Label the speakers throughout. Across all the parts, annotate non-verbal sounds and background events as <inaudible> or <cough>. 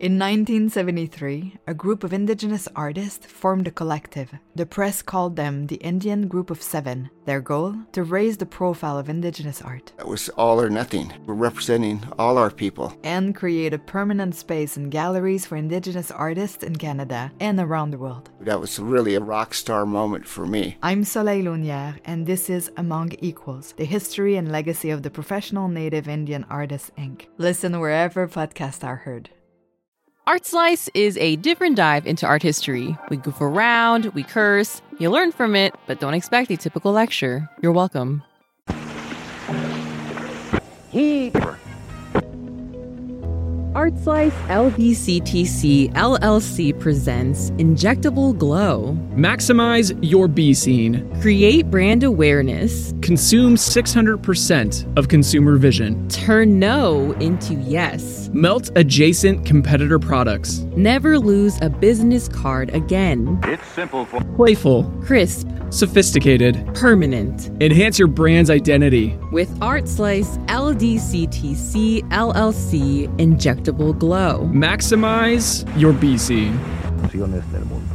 Speaker 1: In 1973, a group of indigenous artists formed a collective. The press called them the Indian Group of Seven, their goal to raise the profile of indigenous art
Speaker 2: That was all or nothing. We're representing all our people.
Speaker 1: and create a permanent space in galleries for indigenous artists in Canada and around the world.
Speaker 2: That was really a rock star moment for me.
Speaker 1: I'm Soleil Lunière, and this is Among Equals, the history and legacy of the Professional Native Indian Artists, Inc. Listen wherever podcasts are heard.
Speaker 3: Art Slice is a different dive into art history. We goof around, we curse, you learn from it, but don't expect a typical lecture. You're welcome. ArtSlice LBCTC LLC presents Injectable Glow.
Speaker 4: Maximize your bee scene.
Speaker 3: Create brand awareness.
Speaker 4: Consume 600% of consumer vision.
Speaker 3: Turn no into yes.
Speaker 4: Melt adjacent competitor products.
Speaker 3: Never lose a business card again.
Speaker 4: Playful,
Speaker 3: Crisp,
Speaker 4: sophisticated.
Speaker 3: permanent.
Speaker 4: Enhance your brand's identity.
Speaker 3: with ArtSlice LDCTC LLC Injectable Glow.
Speaker 4: Maximize your bee scene.
Speaker 5: del mundo.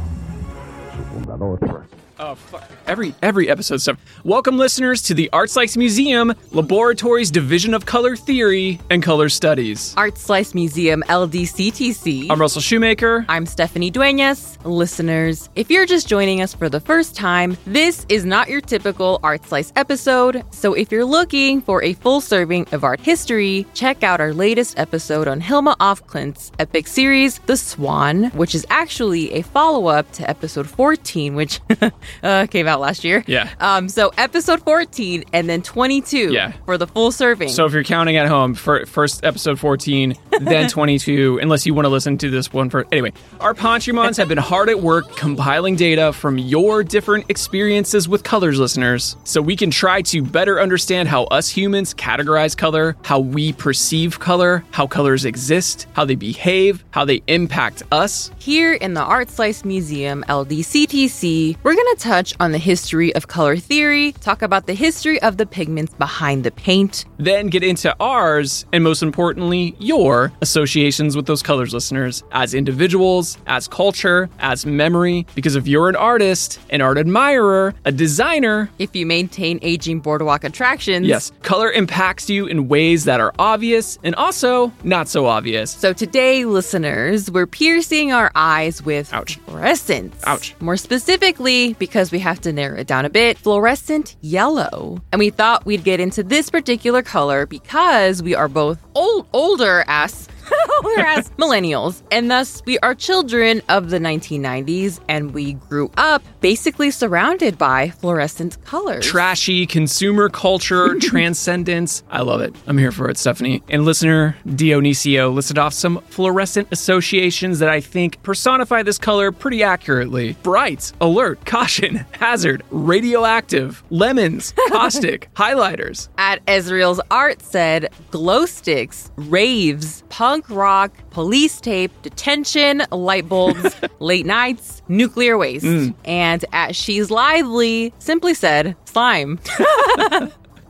Speaker 5: Su fundador,
Speaker 4: Oh fuck! Every every episode stuff. Welcome listeners to the Arts Likes Museum Laboratory's Division of Color Theory and Color Studies.
Speaker 3: ArtSlice Museum LDCTC.
Speaker 4: I'm Russell Shoemaker.
Speaker 3: I'm Stephanie Duenas. Listeners, if you're just joining us for the first time, this is not your typical ArtSlice episode. So if you're looking for a full serving of art history, check out our latest episode on Hilma Ofklint's epic series, The Swan, which is actually a follow up to episode 14, which <laughs> uh, came out last year.
Speaker 4: Yeah.
Speaker 3: Um. So episode 14 and then 22
Speaker 4: Yeah.
Speaker 3: for the full serving.
Speaker 4: So if you're counting at home, fir- first episode 14, then 22, unless you want to listen to this one for anyway. Our Ponchimons have been hard at work compiling data from your different experiences with colors, listeners, so we can try to better understand how us humans categorize color, how we perceive color, how colors exist, how they behave, how they impact us.
Speaker 3: Here in the Art Slice Museum, LDCTC, we're going to touch on the history of color theory, talk about the history of the pigments behind the paint.
Speaker 4: then get into ours, and most importantly, your associations with those colors, listeners, as individuals, as culture, as memory. Because if you're an artist, an art admirer, a designer,
Speaker 3: If you maintain aging boardwalk attractions.
Speaker 4: yes, color impacts you in ways that are obvious and also not so obvious.
Speaker 3: So today, listeners, we're piercing our eyes with
Speaker 4: Ouch.
Speaker 3: fluorescence.
Speaker 4: Ouch.
Speaker 3: More specifically, because we have to narrow it down a bit, fluorescent yellow. And we thought we'd get into this particular color because we are both old older ass <laughs> older
Speaker 4: <laughs>
Speaker 3: ass millennials. And thus we are children of the 1990s and we grew up basically surrounded by fluorescent colors.
Speaker 4: Trashy consumer culture transcendence. I love it. I'm here for it, Stephanie. And listener Dionisio listed off some fluorescent associations that I think personify this color pretty accurately bright, alert, caution, <laughs> hazard, radioactive, lemons, caustic, highlighters.
Speaker 3: At Israel's Art said, glow sticks, raves, punk rock, police tape, detention, light bulbs, late nights, nuclear waste. And at She's Lively, simply said, slime.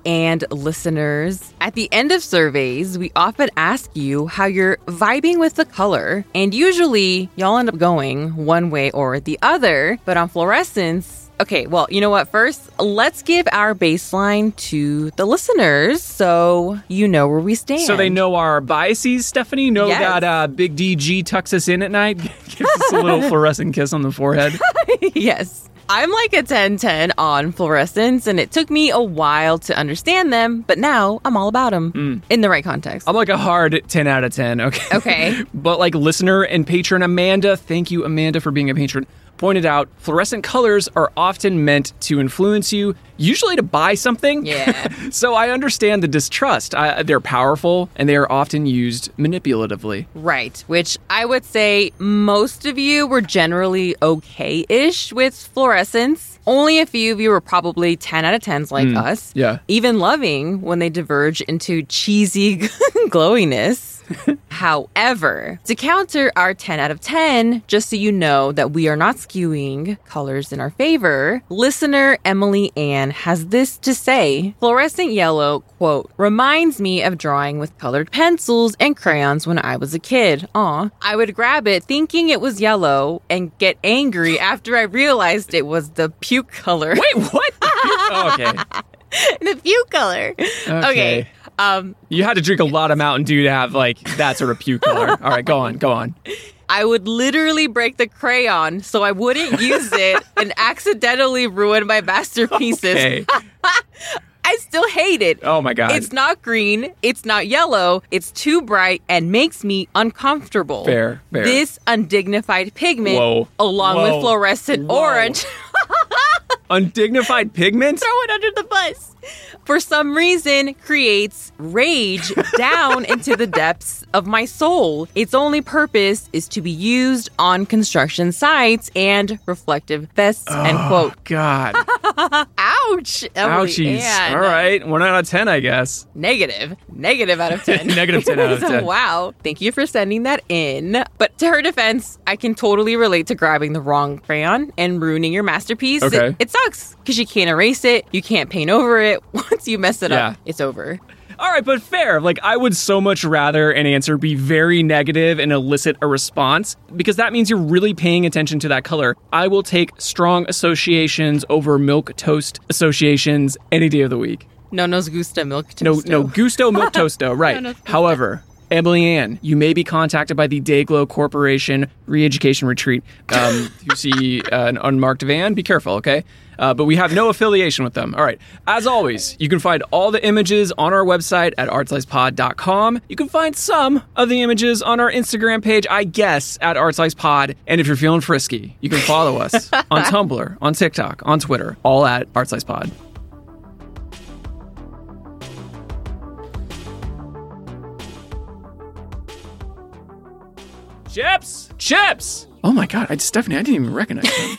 Speaker 3: And listeners, at the end of surveys, we often ask you how you're vibing with the color. And usually, y'all end up going one way or the other. But on fluorescence, okay, well, you know what? First, let's give our baseline to the listeners so you know where we stand.
Speaker 4: So they know our biases, Stephanie. Know
Speaker 3: Yes.
Speaker 4: that uh, Big DG tucks us in at night, <laughs> gives us a little fluorescent kiss on the forehead.
Speaker 3: <laughs> yes. I'm like a 1010 on fluorescence, and it took me a while to understand them, but now I'm all about them
Speaker 4: Mm.
Speaker 3: in the right context.
Speaker 4: I'm like a hard 10 out of 10. Okay.
Speaker 3: Okay.
Speaker 4: <laughs> but like listener and patron Amanda, thank you, Amanda, for being a patron, pointed out fluorescent colors are often meant to influence you, usually to buy something.
Speaker 3: Yeah.
Speaker 4: <laughs> so I understand the distrust. I, they're powerful and they are often used
Speaker 3: <laughs>
Speaker 4: manipulatively.
Speaker 3: Right, which I would say most of you were generally okay ish with fluorescence. Only a few of you were probably 10 out of 10s like us.
Speaker 4: yeah.
Speaker 3: Even loving when they diverge into cheesy <laughs> glowiness. However, to counter our 10 out of 10, just so you know that we are not skewing colors in our favor, listener Emily Ann has this to say Fluorescent yellow, quote, reminds me of drawing with colored pencils and crayons when I was a kid. Aw. I would grab it thinking it was yellow and get
Speaker 4: <laughs>
Speaker 3: angry after I realized it was the puke color.
Speaker 4: Wait, what? Oh, okay.
Speaker 3: <laughs> the puke color.
Speaker 4: Okay.
Speaker 3: Um,
Speaker 4: You had to drink a lot of Mountain Dew to have like that sort of
Speaker 3: <laughs>
Speaker 4: puke color. All right, go on, go on.
Speaker 3: I would literally break the crayon so I wouldn't use
Speaker 4: <laughs>
Speaker 3: it and accidentally ruin my masterpieces.
Speaker 4: Okay.
Speaker 3: I still hate it.
Speaker 4: Oh my god.
Speaker 3: It's not green, it's not yellow, it's too bright and makes me uncomfortable.
Speaker 4: Fair, fair.
Speaker 3: This undignified pigment,
Speaker 4: Whoa.
Speaker 3: along
Speaker 4: Whoa.
Speaker 3: with fluorescent
Speaker 4: Whoa.
Speaker 3: orange,
Speaker 4: Undignified
Speaker 3: <laughs>
Speaker 4: pigments?
Speaker 3: throw it under the bus. For some reason, creates
Speaker 4: <laughs>
Speaker 3: rage down into the depths of my soul. Its only purpose is to be used on construction sites and reflective vests. End
Speaker 4: Ah.
Speaker 3: quote.
Speaker 4: God.
Speaker 3: Ouch. Emily
Speaker 4: Ouchies.
Speaker 3: Ann.
Speaker 4: All right. One out of ten, I guess.
Speaker 3: Negative. Negative
Speaker 4: <laughs>
Speaker 3: out of 10.
Speaker 4: Negative 10 out
Speaker 3: <laughs>
Speaker 4: of
Speaker 3: So,
Speaker 4: 10.
Speaker 3: Wow. Thank you for sending that in. But to her defense, I can totally relate to grabbing the wrong crayon and ruining your masterpiece. It-
Speaker 4: Okay.
Speaker 3: It, sucks because you can't erase it. You can't paint over it. <laughs> Once you mess it
Speaker 4: Yeah.
Speaker 3: up, it's over.
Speaker 4: All right, but fair. Like, I would so much rather an answer be very negative and elicit a response because that means you're really paying attention to that color. I will take strong associations over milk toast associations any day of the week.
Speaker 3: No nos gusta milk toast.
Speaker 4: No, no, gusto milk toasto. Right. However, Emily Ann, you may be contacted by the Dayglow Corporation Reeducation Retreat. Um, if you see uh, an unmarked van, be careful, okay? Uh, but we have no affiliation with them. All right. As always, you can find all the images on our website at artslicepod.com. You can find some of the images on our Instagram page, I guess, at artslicepod. And if you're feeling frisky, you can follow us on Tumblr, on TikTok, on Twitter, all at artslicepod. Chips! Chips! Oh my god, I, Stephanie, I didn't even recognize
Speaker 3: <laughs>
Speaker 4: him.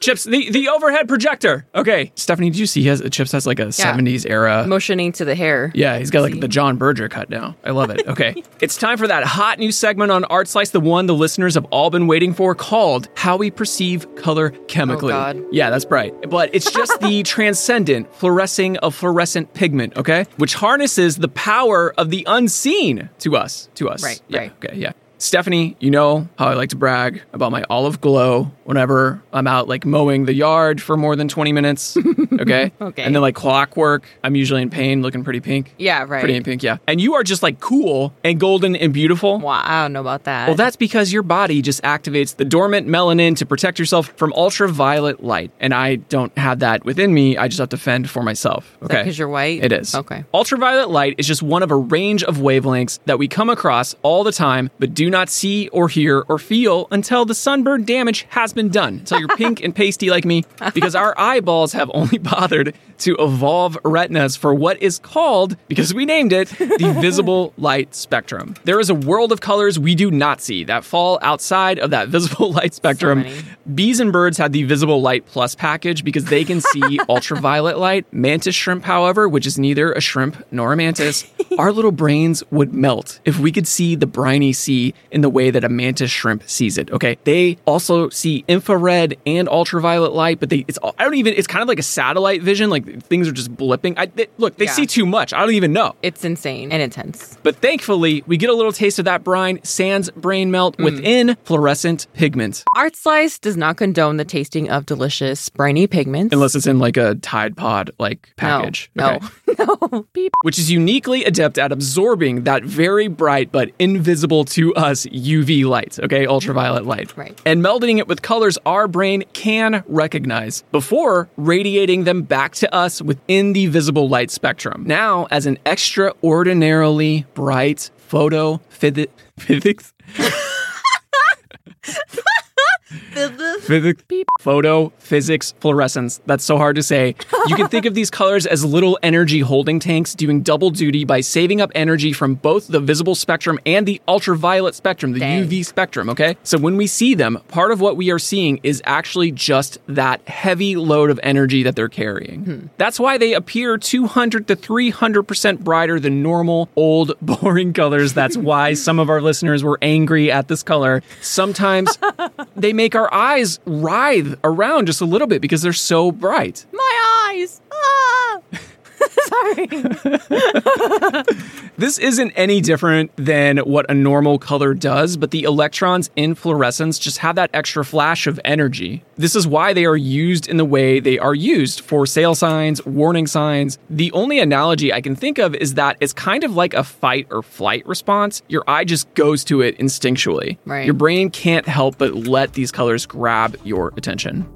Speaker 4: Chips, the, the overhead projector. Okay, Stephanie, did you see he has Chips has like a 70s era?
Speaker 3: Motioning to the hair.
Speaker 4: yeah, he's got like the John Berger cut now. I love
Speaker 3: <laughs>
Speaker 4: it. Okay. it's time for that hot new segment on Art Slice, the one the listeners have all been waiting for called How We Perceive Color Chemically.
Speaker 3: Oh, God.
Speaker 4: Yeah, that's right. But it's
Speaker 3: <laughs>
Speaker 4: just the transcendent fluorescing of fluorescent pigment, okay? Which harnesses the power of the unseen to us. To us.
Speaker 3: Right,
Speaker 4: Yeah,
Speaker 3: right.
Speaker 4: Okay, yeah. Stephanie, you know how I like to brag about my olive glow whenever I'm out like mowing the yard for more than
Speaker 3: <laughs>
Speaker 4: 20 minutes. Okay.
Speaker 3: Okay.
Speaker 4: And then like clockwork, I'm usually in pain looking pretty pink.
Speaker 3: Yeah, right.
Speaker 4: Pretty in pink, yeah. And you are just like cool and golden and beautiful.
Speaker 3: Wow, I don't know about that.
Speaker 4: Well, that's because your body just activates the dormant melanin to protect yourself from ultraviolet light. And I don't have that within me. I just have to fend for myself. Okay.
Speaker 3: that 'cause you're white?
Speaker 4: It is.
Speaker 3: Okay.
Speaker 4: Ultraviolet light is just one of a range of wavelengths that we come across all the time, but do not see or hear or feel until the sunburn damage has been done. Until you're pink and pasty like me, because our eyeballs have only <laughs> bothered to evolve retinas for what is called, because we named it, the visible light spectrum. There is a world of colors we do not see that fall outside of that <laughs> visible light spectrum.
Speaker 3: many.
Speaker 4: Bees and birds had the visible light plus package because they can see ultraviolet light. Mantis shrimp, however, which is neither a shrimp nor a mantis, our little brains would melt if we could see the briny sea in the way that a mantis shrimp sees it. Okay, they also see infrared and ultraviolet light, but they it's all- I don't even it's kind of like a satellite vision. Like things are just blipping. I they, look they
Speaker 3: Yeah.
Speaker 4: see too much. I don't even know.
Speaker 3: it's insane and intense.
Speaker 4: But thankfully, we get a little taste of that brine, sans brain melt within fluorescent pigment.
Speaker 3: Art Slice does not condone the tasting of delicious, briny pigments.
Speaker 4: unless it's in like a Tide Pod like package.
Speaker 3: No.
Speaker 4: Okay.
Speaker 3: No. <laughs> no. Beep.
Speaker 4: Which is uniquely adept at absorbing that very bright but invisible to us UV light, okay, ultraviolet light.
Speaker 3: Right.
Speaker 4: And melding it with colors our brain can recognize before radiating them back to us within the visible light spectrum. Now, as an extraordinarily bright <laughs> photo physics Physics, photo, physics, fluorescence. That's so hard to say. You can think of these colors as little energy holding tanks doing double duty by saving up energy from both the visible spectrum and the ultraviolet spectrum, the
Speaker 3: Dang.
Speaker 4: UV spectrum, okay? So when we see them, part of what we are seeing is actually just that heavy load of energy that they're carrying. That's why they appear 200 to 300% brighter than normal, old, <laughs> boring colors. That's why some of our listeners were angry at this color. Sometimes they make our eyes writhe around just a little bit because they're so bright.
Speaker 3: My eyes. Ah! <laughs> Sorry.
Speaker 4: This isn't any different than what a normal color does, but the electrons in fluorescence just have that extra flash of energy. This is why they are used in the way they are used for sale signs, warning signs. The only analogy I can think of is that it's kind of like a fight or flight response. Your eye just goes to it instinctually.
Speaker 3: Right.
Speaker 4: Your brain can't help but let these colors grab your attention.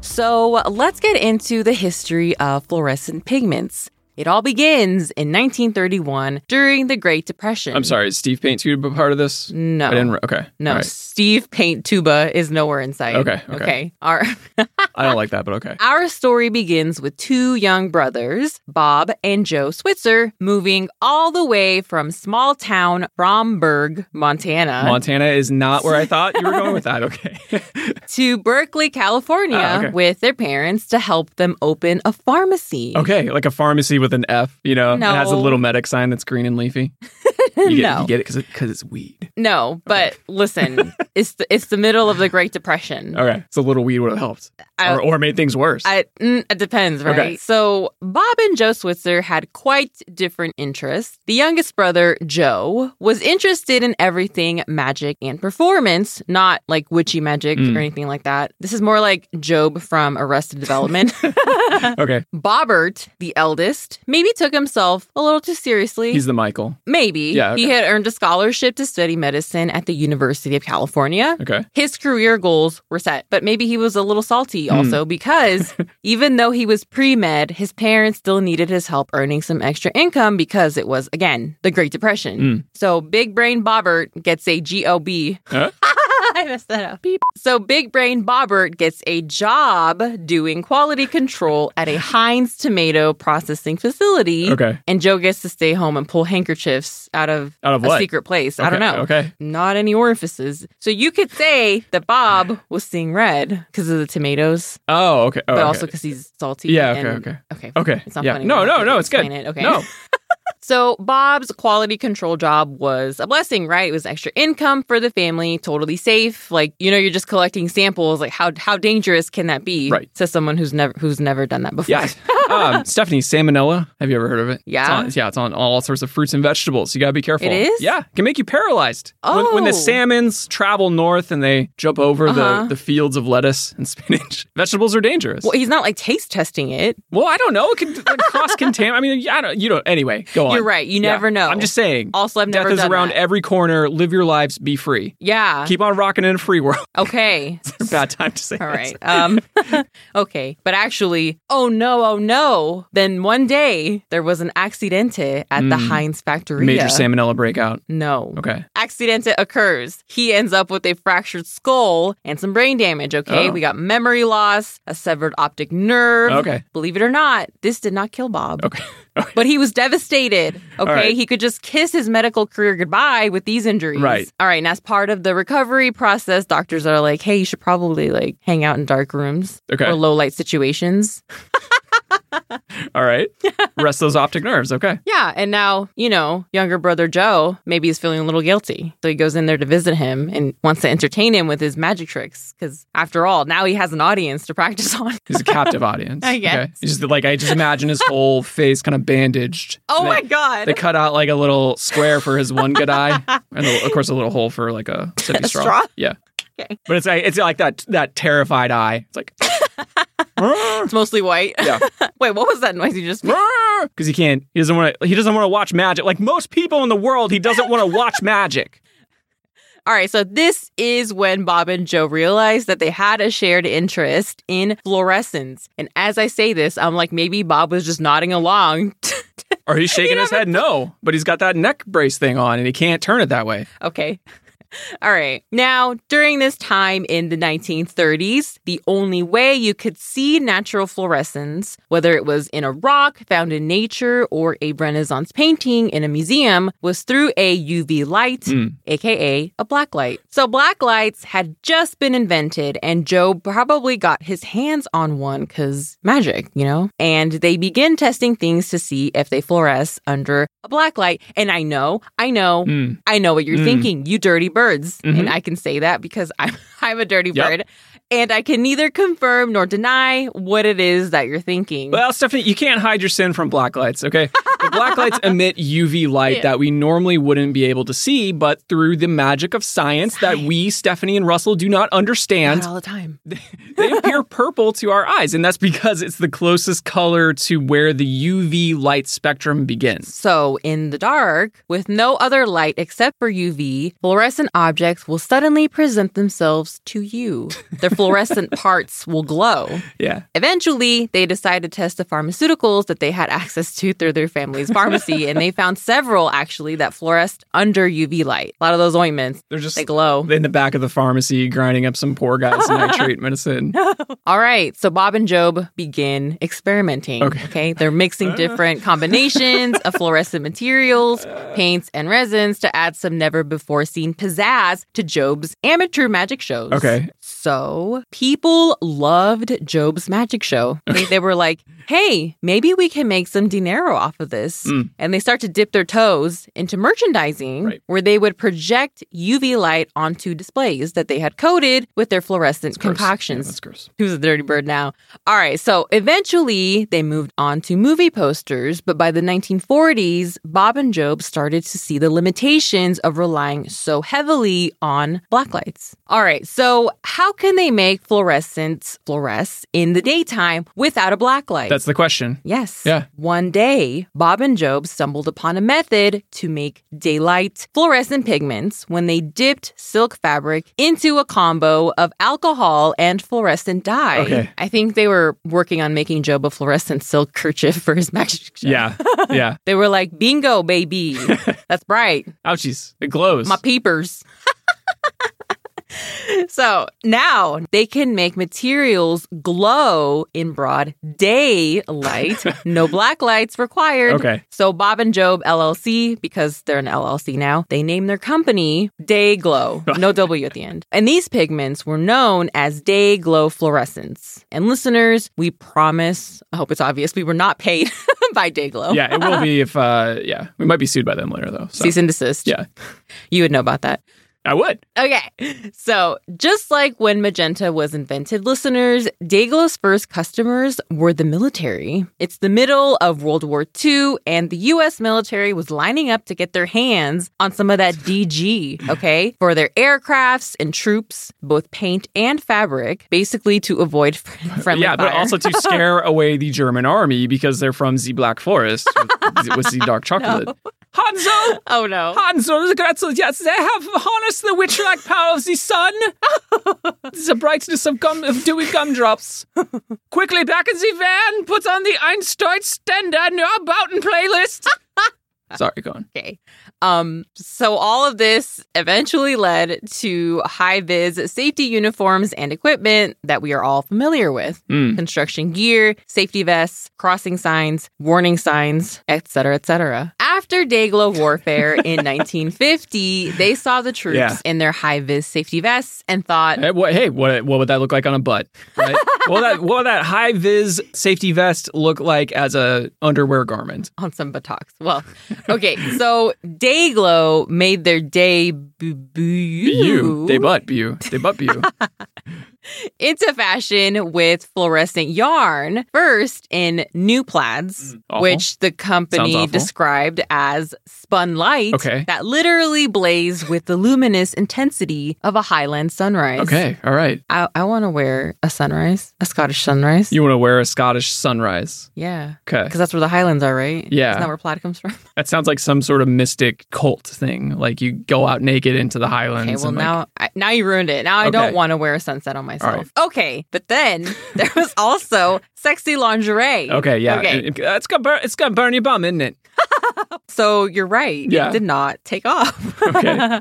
Speaker 3: So let's get into the history of fluorescent pigments. It all begins in 1931 during the Great Depression.
Speaker 4: I'm sorry, is Steve Paint Tube a part of this?
Speaker 3: No.
Speaker 4: I didn't. re- okay.
Speaker 3: No,
Speaker 4: All right.
Speaker 3: Steve Paint Tuba is nowhere in sight.
Speaker 4: Okay, okay.
Speaker 3: Okay. Our <laughs>
Speaker 4: I don't like that, but okay.
Speaker 3: our story begins with two young brothers, Bob and Joe Switzer, moving all the way from small town Bromberg, Montana,
Speaker 4: Montana is not where I thought you were going
Speaker 3: <laughs>
Speaker 4: with that. Okay. <laughs>
Speaker 3: to Berkeley, California,
Speaker 4: Ah, okay.
Speaker 3: with their parents to help them open a pharmacy.
Speaker 4: okay. Like a pharmacy with an F, you know, it has a
Speaker 3: No.
Speaker 4: little medic sign that's green
Speaker 3: <laughs>
Speaker 4: and leafy. You get,
Speaker 3: No.
Speaker 4: You get it because it's weed.
Speaker 3: No, but
Speaker 4: <laughs>
Speaker 3: listen, it's the, it's the middle of the Great Depression.
Speaker 4: Okay. So a little weed would have helped
Speaker 3: I-
Speaker 4: or, or made things worse.
Speaker 3: I, mm, it depends, right?
Speaker 4: Okay.
Speaker 3: So Bob and Joe Switzer had quite different interests. The youngest brother, Joe, was interested in everything magic and performance, not like witchy magic
Speaker 4: Mm.
Speaker 3: or anything like that. This is more like Job from Arrested
Speaker 4: <laughs>
Speaker 3: Development.
Speaker 4: <laughs>
Speaker 3: <laughs>
Speaker 4: okay.
Speaker 3: Bobbert, the eldest, maybe took himself a little too seriously.
Speaker 4: He's the Michael.
Speaker 3: maybe.
Speaker 4: Yeah,
Speaker 3: He
Speaker 4: okay.
Speaker 3: had earned a scholarship to study medicine at the University of California
Speaker 4: Okay.
Speaker 3: his career goals were set, but maybe he was a little salty also because even though he was pre med, his parents still needed his help earning some extra income because it was, again, the Great Depression. So Big Brain Bobbert gets a GOB.
Speaker 4: Huh?
Speaker 3: <laughs> I messed that up. Beep. So Big Brain Bobbert gets a job doing quality control at a Heinz tomato processing facility.
Speaker 4: Okay.
Speaker 3: And Joe gets to stay home and pull handkerchiefs out of,
Speaker 4: Out of
Speaker 3: a
Speaker 4: what?
Speaker 3: secret place. I
Speaker 4: Okay,
Speaker 3: don't know
Speaker 4: Okay.
Speaker 3: not any orifices. So you could say that Bob was seeing red because of the tomatoes,
Speaker 4: Oh, okay.
Speaker 3: but
Speaker 4: Oh, okay.
Speaker 3: also because he's salty.
Speaker 4: Yeah, okay,
Speaker 3: and-
Speaker 4: okay.
Speaker 3: okay.
Speaker 4: Okay.
Speaker 3: It's not
Speaker 4: yeah.
Speaker 3: funny.
Speaker 4: No,
Speaker 3: We're not
Speaker 4: no,
Speaker 3: gonna
Speaker 4: no. It's good.
Speaker 3: explain it, okay. <laughs>
Speaker 4: No.
Speaker 3: So Bob's quality control job was a blessing, right? It was extra income for the family, totally safe. Like you know, you're just collecting samples. Like how how dangerous can that be?
Speaker 4: Right.
Speaker 3: To someone who's never who's never done that before.
Speaker 4: Yeah.
Speaker 3: <laughs>
Speaker 4: um, Stephanie, salmonella. Have you ever heard of it? It's
Speaker 3: Yeah.
Speaker 4: on, yeah, it's on all sorts of fruits and vegetables. You got to be careful.
Speaker 3: It is?
Speaker 4: Yeah. It can make you paralyzed. When, when
Speaker 3: Oh.
Speaker 4: the salmons travel north and they jump over
Speaker 3: Uh-huh.
Speaker 4: the, the fields of lettuce and <laughs> spinach, vegetables are dangerous.
Speaker 3: Well, he's not like taste testing it.
Speaker 4: well, I don't know. It could like, cross contaminate. I mean, I don't, you don't. Anyway, go on.
Speaker 3: You're right. You
Speaker 4: Yeah.
Speaker 3: never know.
Speaker 4: I'm just saying.
Speaker 3: Also, I've
Speaker 4: death
Speaker 3: never
Speaker 4: is
Speaker 3: done
Speaker 4: around
Speaker 3: that.
Speaker 4: every corner. Live your lives. Be free.
Speaker 3: Yeah.
Speaker 4: Keep on rocking in a free world.
Speaker 3: <laughs>
Speaker 4: <laughs>
Speaker 3: okay.
Speaker 4: Bad time to say.
Speaker 3: All
Speaker 4: this.
Speaker 3: right. Um, <laughs> okay. But actually, oh no, oh no. Then one day there was an accidente at the Heinz factory.
Speaker 4: Mm. Major salmonella breakout.
Speaker 3: No.
Speaker 4: Okay.
Speaker 3: Accidente occurs. He ends up with a fractured skull and some brain damage. Okay.
Speaker 4: Oh.
Speaker 3: We got memory loss, a severed optic nerve.
Speaker 4: Okay.
Speaker 3: Believe it or not, this did not kill Bob.
Speaker 4: Okay. <laughs> Okay.
Speaker 3: But he was devastated. Okay.
Speaker 4: right.
Speaker 3: He could just kiss his medical career goodbye with these injuries.
Speaker 4: Right.
Speaker 3: All right. And as part of the recovery process, doctors are like, hey, you should probably like hang out in dark rooms
Speaker 4: Okay.
Speaker 3: or low light situations. <laughs>
Speaker 4: All right. Rest those optic nerves. Okay.
Speaker 3: Yeah. And now, you know, younger brother Joe maybe is feeling a little guilty. So he goes in there to visit him and wants to entertain him with his magic tricks. Cause after all, now he has an audience to practice <laughs> on.
Speaker 4: He's a captive
Speaker 3: <laughs>
Speaker 4: audience.
Speaker 3: I guess.
Speaker 4: Okay. He's just like I just imagine his whole face kind of bandaged.
Speaker 3: <laughs> oh
Speaker 4: They-
Speaker 3: my God.
Speaker 4: They cut out like a little square for his one
Speaker 3: <laughs>
Speaker 4: good eye, and a- of course a little hole for like a sippy straw.
Speaker 3: straw?
Speaker 4: Yeah.
Speaker 3: Okay.
Speaker 4: But it's like it's like that that terrified eye.
Speaker 3: <laughs>
Speaker 4: It's like
Speaker 3: it's mostly <laughs> white.
Speaker 4: yeah, <laughs>
Speaker 3: Wait, what was that noise you just made?
Speaker 4: because he can't. He doesn't want to. He doesn't want to watch magic. Like most people in the world, he doesn't want to watch magic.
Speaker 3: All right, so this is when Bob and Joe realized that they had a shared interest in fluorescence. And as I say this, I'm like, maybe Bob was just nodding along <laughs>
Speaker 4: Or he's shaking his head no, but he's got that neck brace thing on and he can't turn it that way.
Speaker 3: Okay. <laughs> All right. Now, during this time in the 1930s, the only way you could see natural fluorescence, whether it was in a rock found in nature or a Renaissance painting in a museum, was through a UV light, aka a black light. So, black lights had just been invented, and Joe probably got his hands on one because magic, you know? And they begin testing things to see if they fluoresce under a black light. And I know, I know, I know what
Speaker 4: Mm.
Speaker 3: you're thinking, you dirty birds. And I can say that because <laughs> I'm, I'm a dirty
Speaker 4: Mm-hmm. Yep.
Speaker 3: bird. And I can neither confirm nor deny what it is that you're thinking.
Speaker 4: Well, Stephanie, you can't hide your sin from blacklights, okay? The
Speaker 3: <laughs>
Speaker 4: blacklights emit UV light that we normally wouldn't be able to see, but through the magic of science, that we, Stephanie and Russell, do not understand,
Speaker 3: Not all the
Speaker 4: <laughs>
Speaker 3: time.
Speaker 4: they
Speaker 3: <laughs>
Speaker 4: appear purple to our eyes. And that's because it's the closest color to where the UV light spectrum begins.
Speaker 3: So, in the dark, with no other light except for UV, fluorescent objects will suddenly present themselves to
Speaker 4: <laughs>
Speaker 3: you. Their fluorescent parts will glow.
Speaker 4: Yeah.
Speaker 3: Eventually, they decided to test the pharmaceuticals that they had access to through their family's pharmacy, and they found several actually that fluoresced under UV light. A lot of those ointments,
Speaker 4: They're just
Speaker 3: they glow.
Speaker 4: in the back of the pharmacy grinding up some poor
Speaker 3: <laughs>
Speaker 4: guy's nitrate medicine.
Speaker 3: All right, so Bob and Job begin experimenting. Okay. They're mixing different combinations of fluorescent materials, paints, and resins to add some never before seen pizzazz to Job's amateur magic shows.
Speaker 4: Okay.
Speaker 3: So people loved Job's magic
Speaker 4: <laughs>
Speaker 3: show. They, they were like, hey, maybe we can make some dinero off of this. And they start to dip their toes into merchandising
Speaker 4: Mm. Right.
Speaker 3: where they would project UV light onto displays that they had coated with their fluorescent concoctions.
Speaker 4: That's gross.
Speaker 3: Who's a dirty bird now? All right. So eventually they moved on to movie posters, but by the 1940s, Bob and Job started to see the limitations of relying so heavily on blacklights. All right. So how can they make fluorescents fluoresce in the daytime without a blacklight?
Speaker 4: That's the question.
Speaker 3: Yes.
Speaker 4: Yeah.
Speaker 3: One day, Bob and Job stumbled upon a method to make daylight fluorescent pigments when they dipped silk fabric into a combo of alcohol and fluorescent dye.
Speaker 4: Okay.
Speaker 3: I think they were working on making Job a fluorescent silk kerchief for his magic show.
Speaker 4: Yeah.
Speaker 3: <laughs>
Speaker 4: Yeah.
Speaker 3: They were like, bingo,
Speaker 4: <laughs>
Speaker 3: baby. That's right.
Speaker 4: Ouchies. It glows.
Speaker 3: My peepers. <laughs> so now they can make materials glow in broad
Speaker 4: <laughs>
Speaker 3: daylight. no black lights required.
Speaker 4: Okay.
Speaker 3: So Bob and Job LLC, because they're an LLC now, they name their company Day
Speaker 4: <laughs>
Speaker 3: Glow. No W at the end. And these pigments were known as Day Glow fluorescents. And listeners, we promise, I hope it's obvious, we were not paid <laughs> by Day Glow.
Speaker 4: yeah, it will be if, uh, yeah. We might be sued by them later, though. So.
Speaker 3: Cease and desist.
Speaker 4: Yeah.
Speaker 3: You would know about that.
Speaker 4: I would.
Speaker 3: Okay. So, just like when magenta was invented, listeners, Daigle's first customers were the military. It's the middle of World War II, and the U.S. military was lining up to get their hands on some of that
Speaker 4: <laughs>
Speaker 3: DG, okay, for their aircrafts and troops, both paint and fabric, basically to avoid <laughs> fr- friendly
Speaker 4: yeah,
Speaker 3: fire.
Speaker 4: but
Speaker 3: <laughs>
Speaker 4: also to scare away the German army because they're from the Black Forest with, with the
Speaker 3: <laughs>
Speaker 4: dark chocolate. Hanzo!
Speaker 3: oh no.
Speaker 4: Hanzo, Gretel, yes, they have harnessed the witch like power of
Speaker 3: <laughs>
Speaker 4: the sun. the brightness of, gum, of dewy gumdrops. Quickly back in the van, put on the Einstein standard Neubauten playlist.
Speaker 3: <laughs>
Speaker 4: Sorry, go on.
Speaker 3: Okay. Um, so all of this eventually led to high vis safety uniforms and equipment that we are all familiar with. Construction gear, safety vests, crossing signs, warning signs, etc., etc. After Dayglo warfare in 1950, they saw the troops
Speaker 4: Yeah.
Speaker 3: in their high vis safety vests and thought,
Speaker 4: Hey, what, hey, what, what would that look like on a butt? Right? what would that, what would that high vis safety vest look like as a underwear garment?
Speaker 3: on some buttocks. Well, okay, so Dayglo made their debut.
Speaker 4: You, they butt you, they
Speaker 3: <laughs>
Speaker 4: butt you.
Speaker 3: into fashion with fluorescent yarn, first in new plaids,
Speaker 4: Mm, awful.
Speaker 3: which the
Speaker 4: Sounds
Speaker 3: company
Speaker 4: awful.
Speaker 3: described as spun light
Speaker 4: Okay.
Speaker 3: that literally blaze with the luminous intensity of a highland sunrise.
Speaker 4: Okay, all right.
Speaker 3: I, I want to wear a sunrise, a Scottish sunrise.
Speaker 4: You want to wear a Scottish sunrise.
Speaker 3: yeah.
Speaker 4: Okay.
Speaker 3: Because that's where the Highlands are, right?
Speaker 4: Yeah.
Speaker 3: Isn't that where plaid comes from?
Speaker 4: That sounds like some sort of mystic cult thing. Like you go out naked into the highlands.
Speaker 3: Okay, well
Speaker 4: and like-
Speaker 3: now I, now you ruined it. Now I don't
Speaker 4: Okay.
Speaker 3: want to wear a sunset on
Speaker 4: All
Speaker 3: myself. Okay, but then <laughs> there was also sexy lingerie.
Speaker 4: okay, yeah.
Speaker 3: Okay. <laughs>
Speaker 4: It- it- it's gonna burn, it's gonna burn your bum, isn't it?
Speaker 3: So you're right.
Speaker 4: Yeah.
Speaker 3: It did not take off. <laughs>
Speaker 4: Okay.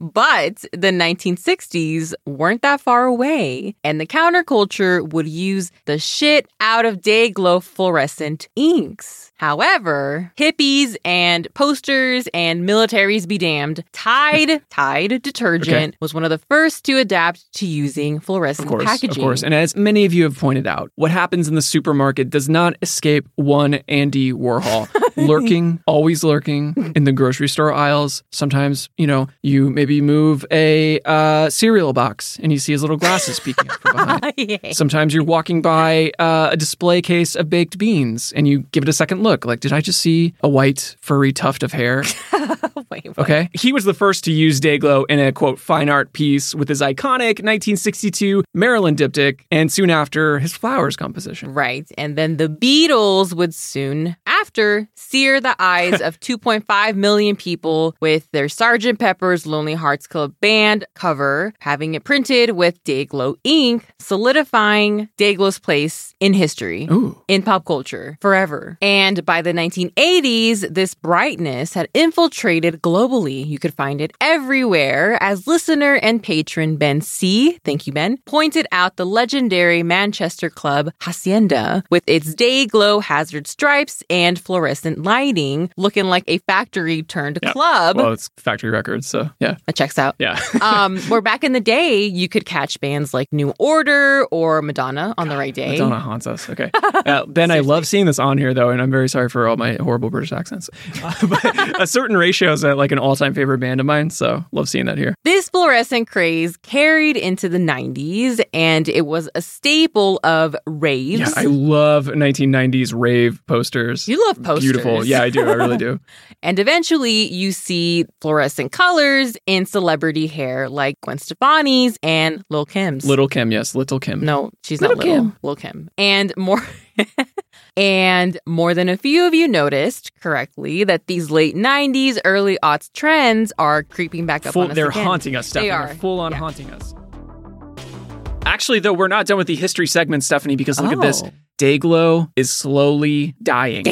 Speaker 3: But the 1960s weren't that far away, and the counterculture would use the shit out of day glow fluorescent inks. However, hippies and posters and militaries be damned,
Speaker 4: <laughs>
Speaker 3: Tide, Tide detergent was one of the first to adapt to using fluorescent
Speaker 4: Of course,
Speaker 3: packaging.
Speaker 4: of course.
Speaker 3: <laughs>
Speaker 4: And as many of you have pointed out, what happens in the supermarket does not escape one Andy Warhol lurking, always lurking in the grocery store aisles. Sometimes, you know, you maybe move a uh, cereal box and you see his little glasses peeking out from
Speaker 3: <laughs>
Speaker 4: behind. Sometimes you're walking by uh, a display case of baked beans and you give it a second look. Like, did I just see a white furry tuft of hair
Speaker 3: Wait, what?
Speaker 4: Okay. He was the first to use Dayglow in a quote fine art piece with his iconic 1962 Maryland diptych and soon after his flowers composition.
Speaker 3: Right. And then the Beatles would soon after sear the eyes of 2.5 million people with their Sgt. Pepper's Lonely Hearts Club Band cover, having it printed with Dayglow ink, solidifying Dayglow's place in history.
Speaker 4: Ooh.
Speaker 3: In pop culture forever. And by the 1980s, this brightness had infiltrated globally. You could find it everywhere, as listener and patron Ben C. Thank you, Ben. Pointed out the legendary Manchester club Hacienda with its day glow hazard stripes and fluorescent lighting, looking like a factory turned club.
Speaker 4: Well, it's factory records, so yeah.
Speaker 3: that checks out
Speaker 4: Yeah. <laughs>
Speaker 3: um, where back in the day you could catch bands like New Order or Madonna on the right day.
Speaker 4: Madonna haunts us.
Speaker 3: <laughs>
Speaker 4: Okay. Uh, ben, I love seeing this on here, though, and I'm very sorry for all my horrible
Speaker 3: <laughs>
Speaker 4: British accents. <laughs> Uh, but a certain ratio is uh, like an all time favorite band of mine, so love seeing that here.
Speaker 3: This fluorescent craze carried into the 90s and it was a staple of raves.
Speaker 4: Yeah, I love 1990s rave posters.
Speaker 3: you love posters.
Speaker 4: Beautiful. Yeah, I do. I really
Speaker 3: <laughs>
Speaker 4: do.
Speaker 3: And eventually you see fluorescent colors in celebrity hair like Gwen Stefani's and Lil Kim's.
Speaker 4: Little Kim, yes, Little Kim.
Speaker 3: No, she's not little. Kim. Little Kim. And more <laughs> and more than a few of you noticed correctly that these late 90s, early aughts trends are creeping back up
Speaker 4: Full-
Speaker 3: on us
Speaker 4: they're
Speaker 3: again.
Speaker 4: haunting us, Stephanie.
Speaker 3: They
Speaker 4: They
Speaker 3: are.
Speaker 4: are full on haunting us. Actually, though, we're not done with the history segment, Stephanie, because look at this.
Speaker 3: Oh.
Speaker 4: Dayglow is slowly dying.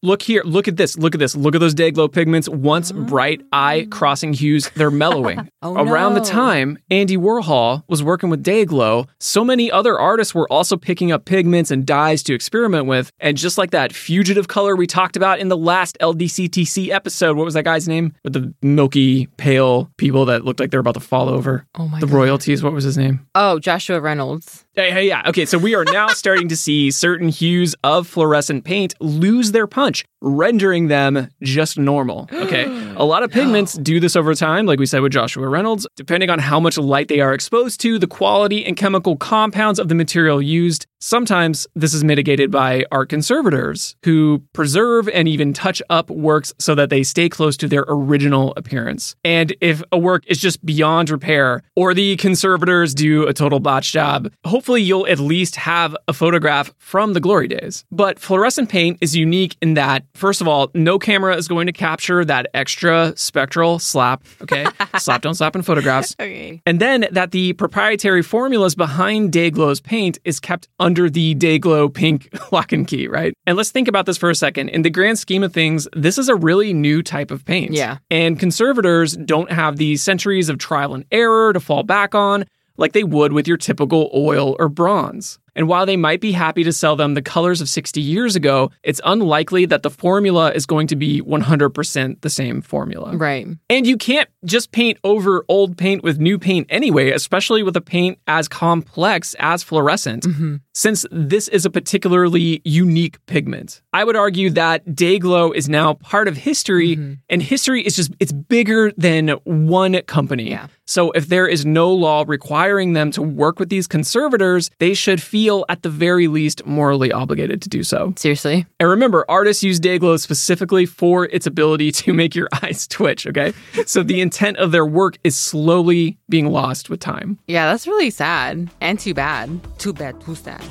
Speaker 4: Look here. Look at this. Look at this. Look at those Dayglow pigments. Once bright eye crossing hues, they're mellowing.
Speaker 3: <laughs> Oh,
Speaker 4: Around
Speaker 3: no.
Speaker 4: the time Andy Warhol was working with Dayglow, so many other artists were also picking up pigments and dyes to experiment with. And just like that fugitive color we talked about in the last LDCTC episode, what was that guy's name? With the milky, pale people that looked like they were about to fall over.
Speaker 3: Oh my
Speaker 4: The
Speaker 3: God.
Speaker 4: royalties, what was his name?
Speaker 3: Oh, Joshua Reynolds.
Speaker 4: Hey, hey, yeah. Okay, so we are now starting to see certain hues of fluorescent paint lose their punch, rendering them just normal. Okay. A lot of pigments do this over time, like we said with Joshua Reynolds. Depending on how much light they are exposed to, the quality and chemical compounds of the material used, sometimes this is mitigated by art conservators who preserve and even touch up works so that they stay close to their original appearance. And if a work is just beyond repair or the conservators do a total botch job, hopefully you'll at least have a photograph from the glory days. But fluorescent paint is unique in that, first of all, no camera is going to capture that extra spectral slap. Okay. slap, don't slap in photographs.
Speaker 3: Okay.
Speaker 4: And then that the proprietary formulas behind Dayglow's paint is kept under the Dayglow pink <laughs> lock and key, right? And let's think about this for a second. In the grand scheme of things, this is a really new type of paint.
Speaker 3: Yeah.
Speaker 4: And conservators don't have the centuries of trial and error to fall back on like they would with your typical oil or bronze. And while they might be happy to sell them the colors of 60 years ago, it's unlikely that the formula is going to be 100% the same formula.
Speaker 3: Right.
Speaker 4: And you can't just paint over old paint with new paint anyway, especially with a paint as complex as fluorescent, since this is a particularly unique pigment. I would argue that day glow is now part of history, and history is just, it's bigger than one company.
Speaker 3: Yeah.
Speaker 4: So if there is no law requiring them to work with these conservators, they should feel at the very least morally obligated to do so.
Speaker 3: Seriously.
Speaker 4: And remember, artists use Dayglow specifically for its ability <laughs> to make your eyes twitch, okay? So the intent of their work is slowly being lost with time.
Speaker 3: Yeah, that's really sad and too bad. Too bad, too sad.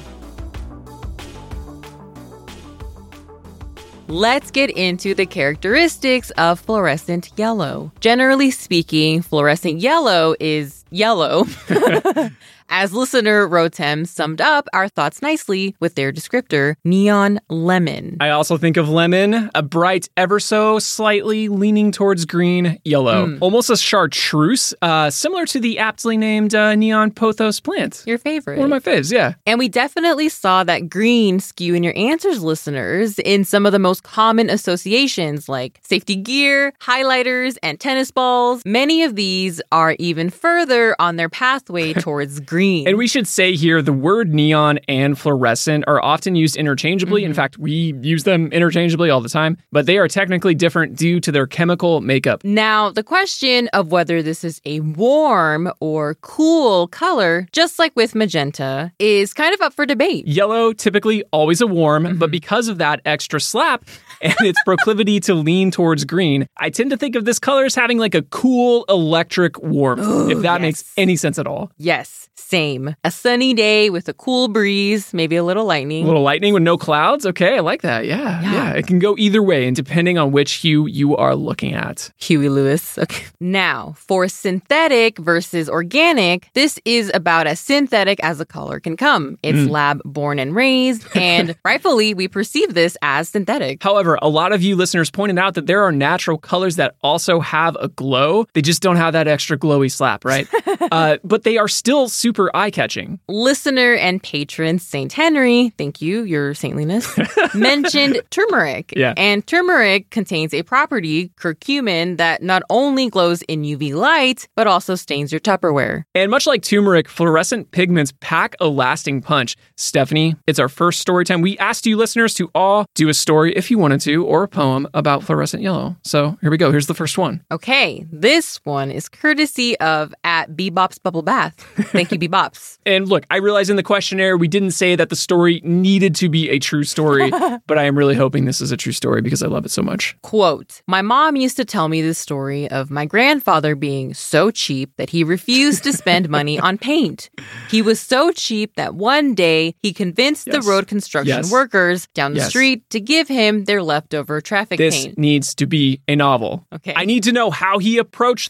Speaker 3: Let's get into the characteristics of fluorescent yellow. Generally speaking, fluorescent yellow is yellow. <laughs> As listener Rotem summed up our thoughts nicely with their descriptor, neon lemon.
Speaker 4: I also think of lemon, a bright, ever so slightly leaning towards green, yellow, almost a chartreuse, uh, similar to the aptly named uh, neon pothos plant.
Speaker 3: Your favorite.
Speaker 4: One of my faves, yeah.
Speaker 3: And we definitely saw that green skew in your answers, listeners, in some of the most common associations like safety gear, highlighters, and tennis balls. Many of these are even further on their
Speaker 4: <laughs>
Speaker 3: pathway towards green.
Speaker 4: And we should say here the word neon and fluorescent are often used interchangeably. In fact, we use them interchangeably all the time, but they are technically different due to their chemical makeup.
Speaker 3: now, the question of whether this is a warm or cool color, just like with magenta, is kind of up for debate.
Speaker 4: Yellow, typically always a warm, but because of that extra slap <laughs> and its proclivity to lean towards green, I tend to think of this color as having like a cool electric warmth, if that makes any sense at all.
Speaker 3: Yes, same. A sunny day with a cool breeze, maybe a little lightning.
Speaker 4: A little lightning with no clouds. Okay, I like that. Yeah, yeah. It can go either way, and depending on which hue you are looking at.
Speaker 3: Huey Lewis. Okay. Now, for synthetic versus organic, this is about as synthetic as a color can come. It's lab born and raised, and rightfully, we perceive this as synthetic.
Speaker 4: However, a lot of you listeners pointed out that there are natural colors that also have a glow. They just don't have that extra glowy slap, right? uh, but they are still super eye catching.
Speaker 3: Listener and patron St. Henry, thank you, your saintliness, mentioned turmeric.
Speaker 4: Yeah.
Speaker 3: And turmeric contains a property, curcumin, that not only glows in UV light, but also stains your Tupperware.
Speaker 4: And much like turmeric, fluorescent pigments pack a lasting punch. Stephanie, it's our first story time. We asked you listeners to all do a story if you wanted to or a poem about fluorescent yellow. So here we go. Here's the first one.
Speaker 3: Okay, this one is courtesy of at Bebop's Bubble Bath. Thank
Speaker 4: <laughs>
Speaker 3: you, Bebop's.
Speaker 4: And look, I realize in the questionnaire we didn't say that the story needed to be a true story, but I am really hoping this is a true story because I love it so much.
Speaker 3: Quote My mom used to tell me the story of my grandfather being so cheap that he refused to
Speaker 4: <laughs>
Speaker 3: spend money on paint. He was so cheap that one day he convinced
Speaker 4: Yes.
Speaker 3: the road construction
Speaker 4: Yes.
Speaker 3: workers down the
Speaker 4: Yes.
Speaker 3: street to give him their leftover traffic
Speaker 4: This
Speaker 3: paint.
Speaker 4: needs to be a novel.
Speaker 3: Okay.
Speaker 4: I need to know how he approached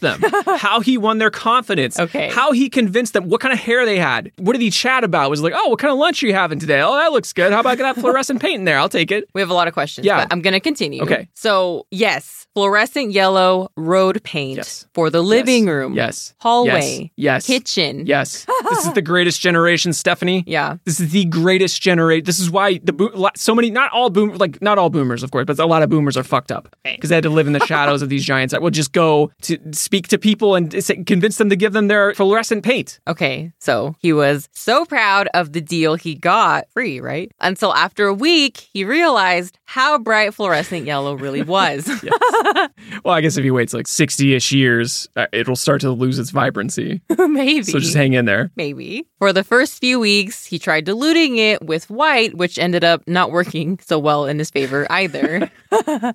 Speaker 3: <laughs>
Speaker 4: them, how he won their confidence,
Speaker 3: Okay.
Speaker 4: how he convinced them, what kind of hair they had. What did he chat about? Was it like, oh, what kind of lunch are you having today? Oh, that looks good. How about that fluorescent paint in there? I'll take it.
Speaker 3: We have a lot of questions,
Speaker 4: Yeah.
Speaker 3: but I'm going to continue.
Speaker 4: Okay.
Speaker 3: So, yes, fluorescent yellow road paint
Speaker 4: Yes.
Speaker 3: for the living room,
Speaker 4: Yes.
Speaker 3: hallway,
Speaker 4: Yes. Yes.
Speaker 3: kitchen.
Speaker 4: Yes.
Speaker 3: <laughs>
Speaker 4: this is the greatest generation, Stephanie.
Speaker 3: Yeah.
Speaker 4: This is the greatest generation. This is why the boom, lo- so many not all boom like not all boomers of course, but a lot of boomers are fucked up
Speaker 3: Right.
Speaker 4: because they had to live in the shadows of these giants that will just go to speak to people and say- convince them to give them their fluorescent paint.
Speaker 3: Okay, so he was so proud of the deal he got free, right? Until after a week, he realized how bright fluorescent yellow
Speaker 4: <laughs>
Speaker 3: really was. <laughs>
Speaker 4: Well, I guess if he waits like sixty-ish years, uh, it'll start to lose its vibrancy.
Speaker 3: Maybe.
Speaker 4: So just hang in there.
Speaker 3: Maybe. For the first few weeks, he tried diluting it with white, which ended up not working so well in his favor
Speaker 4: <laughs>
Speaker 3: either.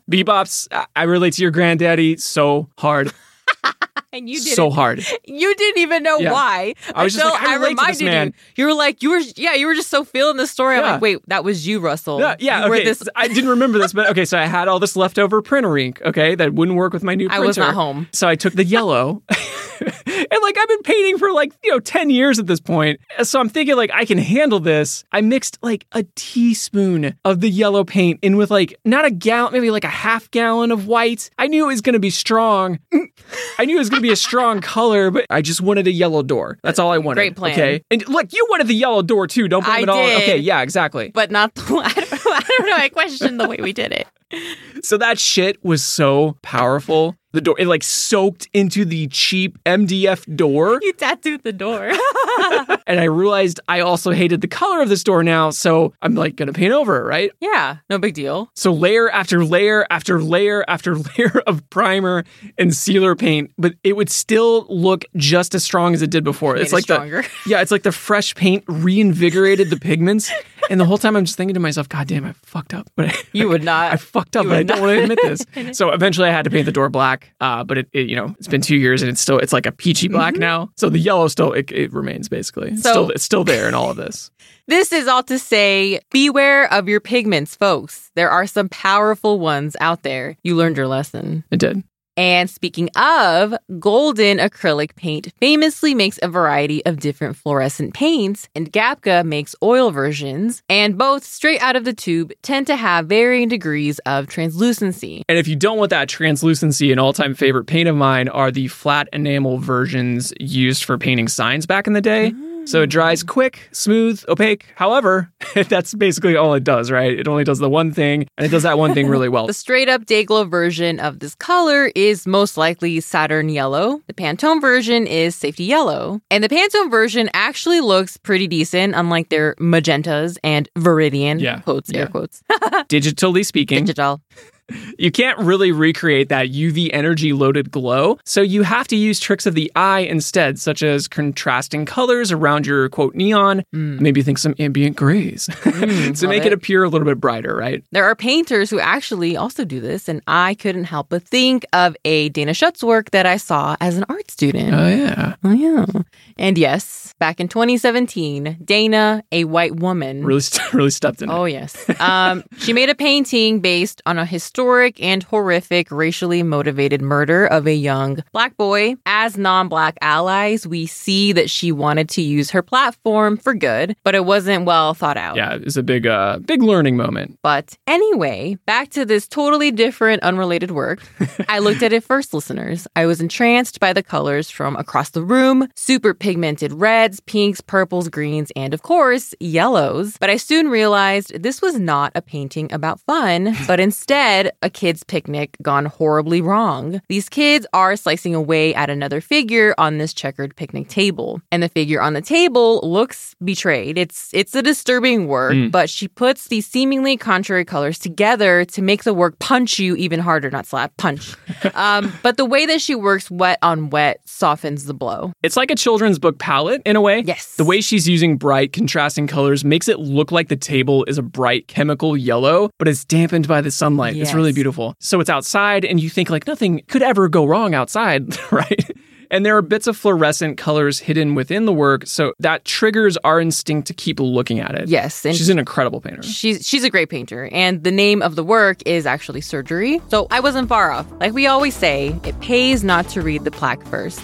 Speaker 4: Bebops, I, I relate to your granddaddy so hard,
Speaker 3: and you didn't
Speaker 4: so hard.
Speaker 3: you didn't even know
Speaker 4: Yeah.
Speaker 3: why.
Speaker 4: I was just
Speaker 3: until
Speaker 4: like, I relate to this man.
Speaker 3: you. You were like, you were yeah, you were just so feeling the story. I'm
Speaker 4: Yeah.
Speaker 3: like, wait, that was you, Russell.
Speaker 4: Yeah, yeah
Speaker 3: You were
Speaker 4: okay.
Speaker 3: this-
Speaker 4: I didn't remember this, but okay, so I had all this leftover printer ink, okay, that wouldn't work with my new
Speaker 3: I
Speaker 4: printer.
Speaker 3: was not home.
Speaker 4: So I took
Speaker 3: <laughs>
Speaker 4: the yellow. and like I've been painting for like, you know, 10 years at this point. So I'm thinking like I can handle this. I mixed like a teaspoon of the yellow paint in with like not a gallon, maybe like a half gallon of white. I knew it was going to be strong. <laughs> I knew it was going to be
Speaker 3: <laughs>
Speaker 4: a strong color, but I just wanted a yellow door. That's all I wanted.
Speaker 3: Great plan.
Speaker 4: Okay. And look, you wanted the yellow door too. Don't blame
Speaker 3: I
Speaker 4: it all.
Speaker 3: did.
Speaker 4: Okay, yeah, exactly.
Speaker 3: but not the <laughs> I don't, I don't know. I questioned the way we did it.
Speaker 4: So that shit was so powerful. The door, it like soaked into the cheap MDF door.
Speaker 3: <laughs> You tattooed the door. <laughs>
Speaker 4: And I realized I also hated the color of this door now. So I'm like, gonna paint over it, right?
Speaker 3: yeah, no big deal.
Speaker 4: So layer after layer after layer after <laughs> layer of primer and sealer paint, but it would still look just as strong as it did before. it's
Speaker 3: it
Speaker 4: like the-
Speaker 3: stronger.
Speaker 4: <laughs> yeah, it's like the fresh paint reinvigorated the pigments. and the whole time I'm just thinking to myself, God damn, I fucked up. But I-
Speaker 3: You <laughs> would not.
Speaker 4: I fucked up,
Speaker 3: You
Speaker 4: but I
Speaker 3: would
Speaker 4: don't want to admit <laughs> this. So eventually, I had to paint the door black. Uh, but it, it, you know, it's been two years, and it's still, it's like a peachy black now. So the yellow still, it, it remains basically. It's
Speaker 3: So-
Speaker 4: still, it's still there in all of this.
Speaker 3: This is all to say beware of your pigments, folks. There are some powerful ones out there. You learned your lesson.
Speaker 4: It did.
Speaker 3: And speaking of, Golden acrylic paint famously makes a variety of different fluorescent paints, and Gapka makes oil versions, and both straight out of the tube tend to have varying degrees of translucency.
Speaker 4: And if you don't want that translucency, an all time favorite paint of mine are the flat enamel versions used for painting signs back in the day. So it dries quick, smooth, opaque. However, <laughs> that's basically all it does, right? It only does the one thing, and it does that one thing really <laughs> well.
Speaker 3: The straight up day glow version of this color is most likely Saturn yellow. The Pantone version is safety yellow. And the Pantone version actually looks pretty decent, unlike their magentas and viridian.
Speaker 4: Yeah.
Speaker 3: Quotes,
Speaker 4: Yeah.
Speaker 3: air quotes. <laughs>
Speaker 4: Digitally speaking,
Speaker 3: Digital.
Speaker 4: you can't really recreate that UV energy loaded glow, so you have to use tricks of the eye instead, such as contrasting colors around your quote neon, maybe think some ambient grays <laughs> to make
Speaker 3: love
Speaker 4: Hmm. it
Speaker 3: it.
Speaker 4: appear a little bit brighter, right?
Speaker 3: There are painters who actually also do this, and I couldn't help but think of a Dana Schutz work that I saw as an art student.
Speaker 4: Oh, yeah.
Speaker 3: oh, yeah. And yes, back in 2017, Dana, a white woman,
Speaker 4: Really, st- really stepped in. it.
Speaker 3: Oh yes. Um, she made a painting based on a historic and horrific racially motivated murder of a young black boy. As non-black allies, we see that she wanted to use her platform for good, but it wasn't well thought out.
Speaker 4: Yeah, it was a big, uh, big learning moment.
Speaker 3: But anyway, back to this totally different, unrelated work. I looked at it first, listeners. I was entranced by the colors from across the room super pigmented reds, pinks, purples, greens, and of course, yellows. But I soon realized this was not a painting about fun, but instead a kid's picnic gone horribly wrong. These kids are slicing away at another figure on this checkered picnic table. And the figure on the table looks betrayed. It's it's a disturbing work, but she puts these seemingly contrary colors together to make the work punch you even harder, not slap, punch. um, but the way that she works wet on wet softens the blow.
Speaker 4: It's like a children's book palette in a way.
Speaker 3: Yes.
Speaker 4: The way she's using bright, contrasting colors makes it look like the table is a bright chemical yellow, but it's dampened by the sunlight. It's really
Speaker 3: Yes.
Speaker 4: beautiful. So it's outside, and you think, like, nothing could ever go wrong outside, <laughs> right? And there are bits of fluorescent colors hidden within the work, so that triggers our instinct to keep looking at it.
Speaker 3: Yes, and
Speaker 4: She's an incredible painter.
Speaker 3: She's she's a great painter, and the name of the work is actually Surgery. So I wasn't far off. Like we always say, it pays not to read the plaque first.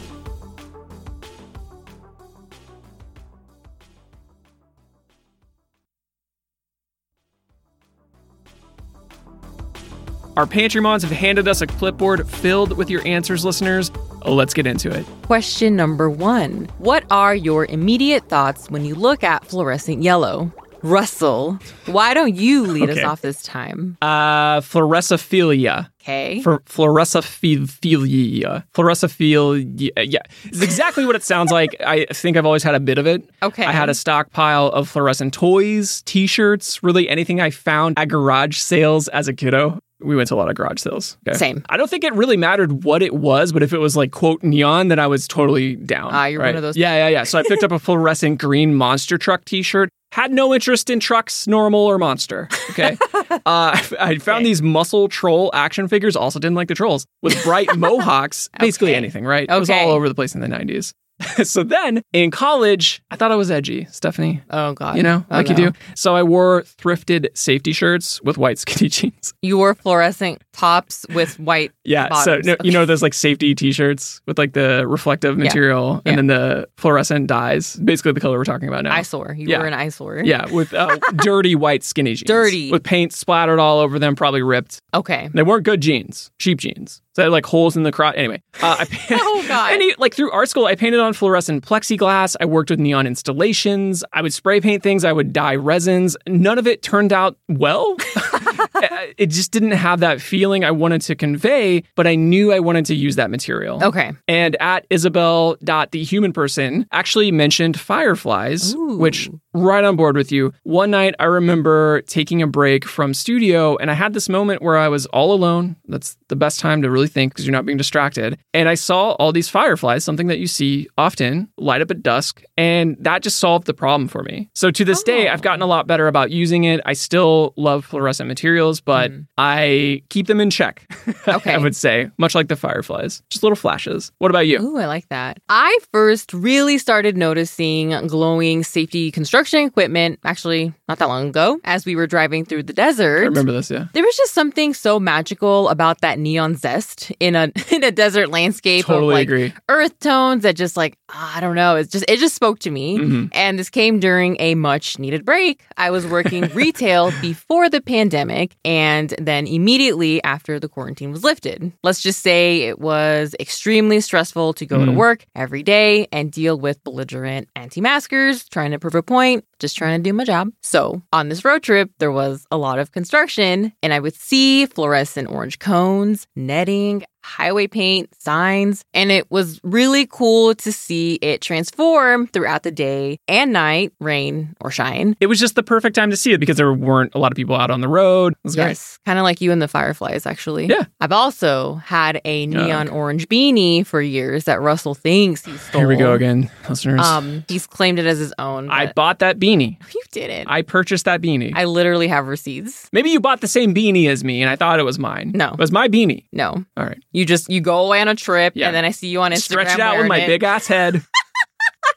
Speaker 4: Our Pantrymons have handed us a clipboard filled with your answers, listeners. Let's get into it.
Speaker 3: Question number one What are your immediate thoughts when you look at fluorescent yellow? Russell, why don't you lead
Speaker 4: Okay.
Speaker 3: us off this time?
Speaker 4: Uh, fluorescophilia.
Speaker 3: Okay.
Speaker 4: For fluorescophilia. Fluorescophilia. Yeah. It's exactly what it sounds like. I think I've always had a bit of it.
Speaker 3: Okay.
Speaker 4: I had a stockpile of fluorescent toys, t shirts, really anything I found at garage sales as a kiddo. We went to a lot of garage sales. Okay.
Speaker 3: Same.
Speaker 4: I don't think it really mattered what it was, but if it was like, quote, neon, then I was totally down.
Speaker 3: Ah, you're one of those
Speaker 4: Yeah, yeah, yeah. So I picked up a fluorescent green monster truck t shirt. Had no interest in trucks, normal or monster.
Speaker 3: <laughs>
Speaker 4: Okay. uh, I- I found these muscle troll action figures. Also didn't like the trolls
Speaker 3: <laughs>
Speaker 4: with bright mohawks. Basically
Speaker 3: Okay.
Speaker 4: anything, right? It was
Speaker 3: Okay.
Speaker 4: all over the place in the 90s. <laughs> so then in college, I thought I was edgy, Stephanie.
Speaker 3: oh, God.
Speaker 4: You know,
Speaker 3: Oh,
Speaker 4: like
Speaker 3: no.
Speaker 4: you do. So I wore thrifted safety shirts with white skinny <laughs> jeans.
Speaker 3: You wore fluorescent tops with white.
Speaker 4: <laughs> Yeah.
Speaker 3: bottoms.
Speaker 4: So no, you know those like safety T-shirts with like the reflective material
Speaker 3: Yeah.
Speaker 4: and then the fluorescent dyes, basically the color we're talking about now.
Speaker 3: Eyesore. You
Speaker 4: Yeah.
Speaker 3: were an eyesore.
Speaker 4: <laughs> Yeah, with uh, dirty white skinny jeans.
Speaker 3: Dirty.
Speaker 4: with paint splattered all over them, probably ripped.
Speaker 3: Okay.
Speaker 4: They weren't good jeans, cheap jeans. So they had like holes in the crotch. Anyway, uh, I <laughs> painted,
Speaker 3: <laughs> Oh, God.
Speaker 4: Any, like through art school, I painted on fluorescent plexiglass. I worked with neon installations. I would spray paint things. I would dye resins. None of it turned out well. <laughs> Uh, it just didn't have that feeling I wanted to convey, but I knew I wanted to use that material.
Speaker 3: Okay.
Speaker 4: And at Isabel dot the human person actually mentioned fireflies,
Speaker 3: Ooh.
Speaker 4: which right on board with you. One night I remember taking a break from studio and I had this moment where I was all alone. That's the best time to really think because you're not being distracted. And I saw all these fireflies, something that you see often, light up at dusk, and that just solved the problem for me. So to this day,
Speaker 3: Oh.
Speaker 4: I've gotten a lot better about using it. I still love fluorescent materials, but I keep them in check.
Speaker 3: Hmm.
Speaker 4: <laughs>
Speaker 3: Okay.
Speaker 4: I would say, much like the fireflies, just little flashes. What about you?
Speaker 3: Ooh, I like that. I first really started noticing glowing safety construction equipment, actually, not that long ago, as we were driving through the desert.
Speaker 4: I remember this, yeah.
Speaker 3: There was just something so magical about that neon zest in a <laughs> in a desert landscape
Speaker 4: Totally
Speaker 3: of like
Speaker 4: agree.
Speaker 3: earth tones that just like ah, I don't know, it's just it just spoke to me. And this came during a much needed break. I was working retail before the pandemic and then immediately after the quarantine was lifted. Let's just say it was extremely stressful to go to work every day and deal with belligerent anti-maskers trying to prove a point, just trying to do my job. So, on this road trip, there was a lot of construction and I would see fluorescent orange cones, netting, highway paint, signs, and it was really cool to see it transform throughout the day and night, rain or shine.
Speaker 4: It was just the perfect time to see it because there weren't a lot of people out on the road. It was great.
Speaker 3: Yes, kind of like you and the fireflies, actually.
Speaker 4: Yeah.
Speaker 3: I've also had a neon orange beanie for years that Russell thinks he stole.
Speaker 4: Here we go again, listeners.
Speaker 3: Um, he's claimed it as his own.
Speaker 4: I
Speaker 3: but- <laughs>
Speaker 4: bought that beanie.
Speaker 3: you didn't.
Speaker 4: I purchased that beanie.
Speaker 3: I literally have receipts.
Speaker 4: Maybe you bought the same beanie as me and I thought it was mine.
Speaker 3: No.
Speaker 4: It was my beanie.
Speaker 3: No,
Speaker 4: All right.
Speaker 3: you just you go away on a trip,
Speaker 4: Yeah.
Speaker 3: and then I see you on Instagram.
Speaker 4: Stretch it out with
Speaker 3: wearing
Speaker 4: my
Speaker 3: it,
Speaker 4: big
Speaker 3: <laughs>
Speaker 4: ass head.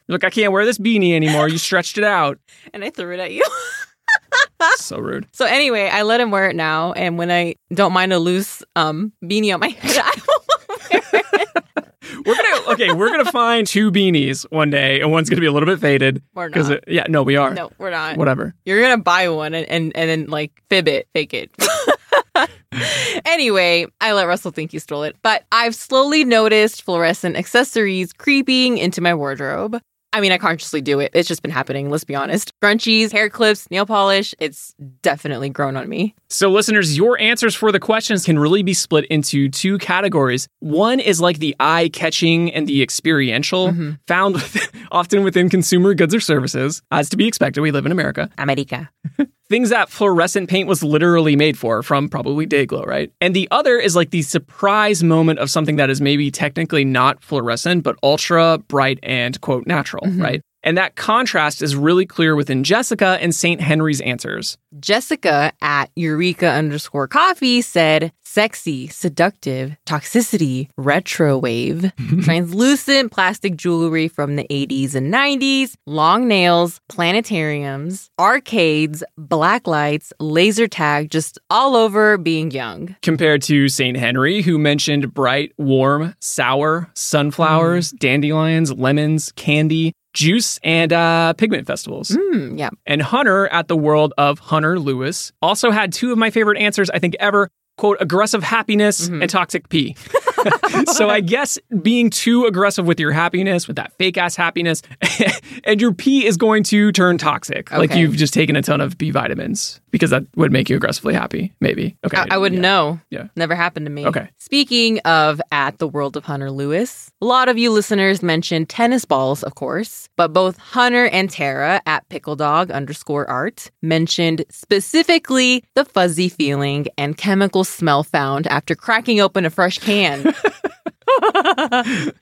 Speaker 4: Look, I can't wear this beanie anymore. You stretched it
Speaker 3: <laughs>
Speaker 4: out.
Speaker 3: and I threw it at you.
Speaker 4: So rude.
Speaker 3: So anyway, I let him wear it now, and when I don't mind a loose um beanie on my <laughs> head, I will wear it.
Speaker 4: We're gonna okay. We're gonna find two beanies one day, and one's gonna be a little bit faded.
Speaker 3: We're not.
Speaker 4: it- yeah, no, we are.
Speaker 3: No, we're not.
Speaker 4: Whatever.
Speaker 3: You're gonna buy one and, and and then like fib it, fake it. anyway, I let Russell think he stole it, but I've slowly noticed fluorescent accessories creeping into my wardrobe. I mean, I consciously do it. It's just been happening. Let's be honest. Scrunchies, hair clips, nail polish. It's definitely grown on me.
Speaker 4: So, listeners, your answers for the questions can really be split into two categories. One is like the eye catching and the experiential, found with, <laughs> often within consumer goods or services. As to be expected, we live in America.
Speaker 3: America.
Speaker 4: things that fluorescent paint was literally made for from probably Dayglow, right? And the other is like the surprise moment of something that is maybe technically not fluorescent, but ultra bright and quote natural, right? And that contrast is really clear within Jessica and St. Henry's answers.
Speaker 3: Jessica at Eureka underscore coffee said sexy, seductive, toxicity, retro wave, translucent plastic jewelry from the 80s and 90s, long nails, planetariums, arcades, black lights, laser tag, just all over being young.
Speaker 4: Compared to St. Henry, who mentioned bright, warm, sour,
Speaker 3: Mm.
Speaker 4: sunflowers, dandelions, lemons, candy, juice, and uh, pigment festivals.
Speaker 3: Hmm, yeah.
Speaker 4: And Hunter at the world of Hunter Lewis also had two of my favorite answers, I think, ever quote, aggressive happiness
Speaker 3: Mm-hmm.
Speaker 4: and toxic
Speaker 3: <laughs>
Speaker 4: pee. so I guess being too aggressive with your happiness, with that fake ass happiness, <laughs> and your pee is going to turn toxic. Like
Speaker 3: Okay.
Speaker 4: you've just taken a ton of B vitamins because that would make you aggressively happy, maybe. Okay.
Speaker 3: I, I wouldn't
Speaker 4: yeah.
Speaker 3: know.
Speaker 4: Yeah.
Speaker 3: Never happened to me.
Speaker 4: Okay.
Speaker 3: Speaking of at the world of Hunter Lewis, a lot of you listeners mentioned tennis balls, of course, but both Hunter and Tara at pickledog underscore art mentioned specifically the fuzzy feeling and chemical smell found after cracking open a fresh can.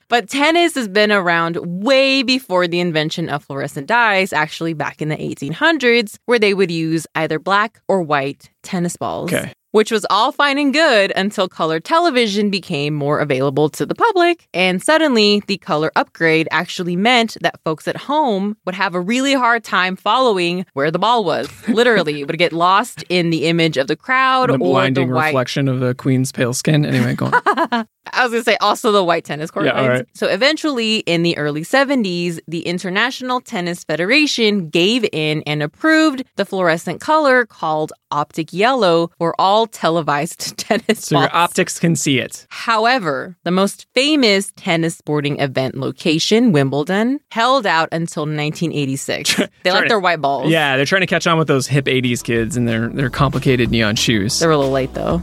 Speaker 3: But tennis has been around way before the invention of fluorescent dyes, actually back in the 1800s, where they would use either black or white tennis balls.
Speaker 4: Okay.
Speaker 3: Which was all fine and good until color television became more available to the public. And suddenly, the color upgrade actually meant that folks at home would have a really hard time following where the ball
Speaker 4: <laughs>
Speaker 3: was. Literally, it would get lost in the image of the crowd
Speaker 4: The
Speaker 3: or the
Speaker 4: blinding
Speaker 3: white
Speaker 4: reflection of the queen's pale skin. Anyway,
Speaker 3: <laughs>
Speaker 4: go on.
Speaker 3: I was going to say also the white tennis court
Speaker 4: Yeah, all
Speaker 3: lines.
Speaker 4: right.
Speaker 3: So eventually, in the early 70s, the International Tennis Federation gave in and approved the fluorescent color called optic yellow for all televised <laughs> tennis
Speaker 4: so your
Speaker 3: balls.
Speaker 4: optics can see it.
Speaker 3: However, the most famous tennis sporting event location, Wimbledon, held out until
Speaker 4: <laughs>
Speaker 3: 1986. They
Speaker 4: Sorry.
Speaker 3: like their white balls.
Speaker 4: Yeah, they're trying to catch on with those hip 80s kids and their, their complicated neon shoes.
Speaker 3: They're a little late though.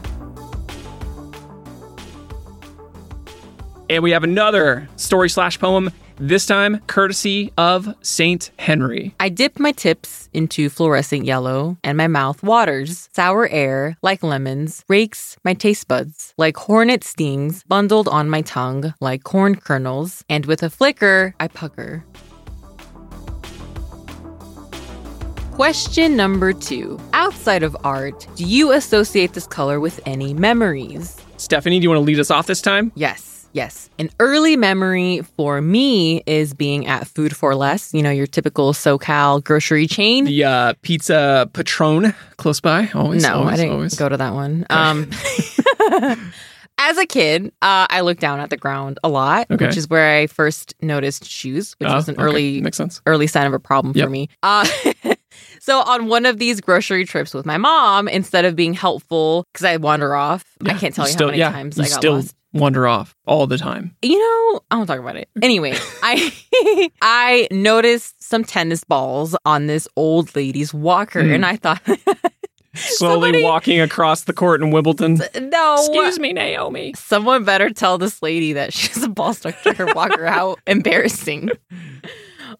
Speaker 4: And we have another story slash poem, this time courtesy of Saint Henry.
Speaker 3: I dip my tips into fluorescent yellow, and my mouth waters. Sour air, like lemons, rakes my taste buds, like hornet stings bundled on my tongue, like corn kernels, and with a flicker, I pucker. Question number two Outside of art, do you associate this color with any memories?
Speaker 4: Stephanie, do you want to lead us off this time?
Speaker 3: Yes. Yes. An early memory for me is being at Food for Less, you know, your typical SoCal grocery chain.
Speaker 4: The uh, pizza patron close by. Always.
Speaker 3: No,
Speaker 4: always,
Speaker 3: I didn't
Speaker 4: always.
Speaker 3: go to that one. Um, <laughs> as a kid, uh, I looked down at the ground a lot,
Speaker 4: Okay.
Speaker 3: which is where I first noticed shoes, which
Speaker 4: Oh,
Speaker 3: was an
Speaker 4: okay.
Speaker 3: early
Speaker 4: Makes sense.
Speaker 3: early sign of a problem
Speaker 4: Yep.
Speaker 3: for me. Uh, <laughs> so on one of these grocery trips with my mom, instead of being helpful because I wander off, I can't tell you
Speaker 4: still,
Speaker 3: how many
Speaker 4: yeah,
Speaker 3: times
Speaker 4: you
Speaker 3: I got
Speaker 4: still
Speaker 3: lost.
Speaker 4: wander off all the time.
Speaker 3: You know, I won't talk about it.
Speaker 4: <laughs>
Speaker 3: Anyway, I <laughs> I noticed some tennis balls on this old lady's walker,
Speaker 4: Hmm.
Speaker 3: and I thought, <laughs>
Speaker 4: Slowly
Speaker 3: Somebody-
Speaker 4: walking across the court in Wimbledon.
Speaker 3: no,
Speaker 4: me, Naomi.
Speaker 3: Someone better tell this lady that she's a ball stuck to her walker. How embarrassing.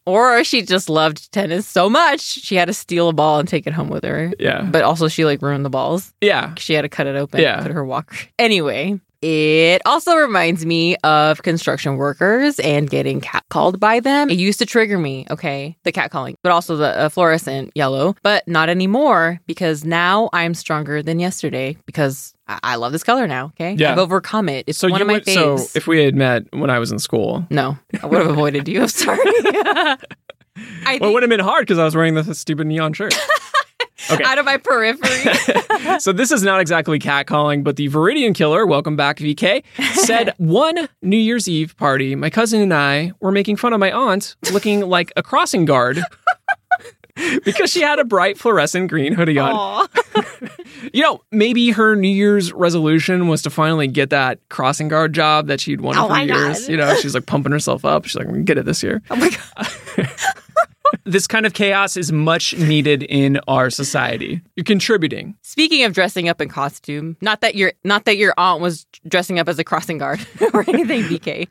Speaker 3: Or she just loved tennis so much, she had to steal a ball and take it home with her.
Speaker 4: Yeah.
Speaker 3: But also, she like ruined the balls.
Speaker 4: yeah.
Speaker 3: She had to cut it open
Speaker 4: Yeah.
Speaker 3: and put her walker. Anyway, it also reminds me of construction workers and getting catcalled by them. It used to trigger me, okay, the catcalling, but also the uh, fluorescent yellow, but not anymore because now I'm stronger than yesterday because I, I love this color now, okay?
Speaker 4: Yeah.
Speaker 3: I've overcome it. It's
Speaker 4: So
Speaker 3: one
Speaker 4: you
Speaker 3: of my
Speaker 4: would, so
Speaker 3: faves.
Speaker 4: if we had met when I was in school,
Speaker 3: no, I would have avoided you. I'm
Speaker 4: <laughs>
Speaker 3: sorry. <laughs> I think
Speaker 4: well, it would have been hard because I was wearing this stupid
Speaker 3: <laughs>
Speaker 4: neon shirt. okay.
Speaker 3: out of my
Speaker 4: <laughs>
Speaker 3: periphery.
Speaker 4: so this is not exactly catcalling, but the Viridian Killer, welcome
Speaker 3: <laughs>
Speaker 4: back, VK, said one New Year's Eve party, my cousin and I were making fun of my aunt looking like a
Speaker 3: <laughs>
Speaker 4: crossing guard. Because she had a bright fluorescent green hoodie on.
Speaker 3: Aw.
Speaker 4: You know, maybe her New Year's resolution was to finally get that crossing guard job that she'd wanted
Speaker 3: Oh
Speaker 4: for
Speaker 3: my
Speaker 4: years.
Speaker 3: God.
Speaker 4: You know, she's like pumping herself up. She's like, I'm gonna get it this year. Oh my God. <laughs> this kind of chaos is much needed in our society. You're contributing.
Speaker 3: Speaking of dressing up in costume, not that your not that your aunt was dressing up as a crossing guard <laughs> or anything, BK.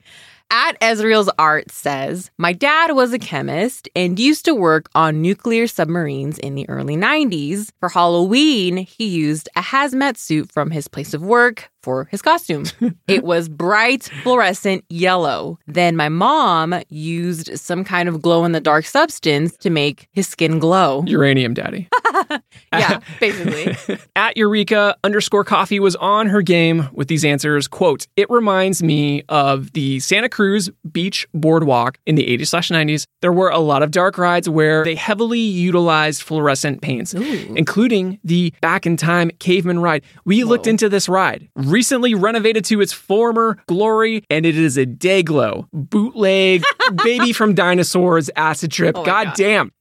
Speaker 3: At Ezreal's Art says, My dad was a chemist and used to work on nuclear submarines in the early 90s. For Halloween, he used a hazmat suit from his place of work for his costume. it was bright fluorescent yellow. Then my mom used some kind of glow in the dark substance to make his skin
Speaker 4: <laughs>
Speaker 3: glow.
Speaker 4: Uranium daddy.
Speaker 3: Yeah, basically.
Speaker 4: At Eureka underscore coffee was on her game with these answers. Quote, it reminds me of the Santa Cruz Beach Boardwalk in the 80s slash 90s. There were a lot of dark rides where they heavily utilized fluorescent paints, including the back in time caveman ride. We looked into this ride, recently renovated to its former glory, and it is a day glow,
Speaker 3: <laughs>
Speaker 4: bootleg, baby from dinosaurs, acid trip.
Speaker 3: Oh my
Speaker 4: God,
Speaker 3: God. Uh,
Speaker 4: damn.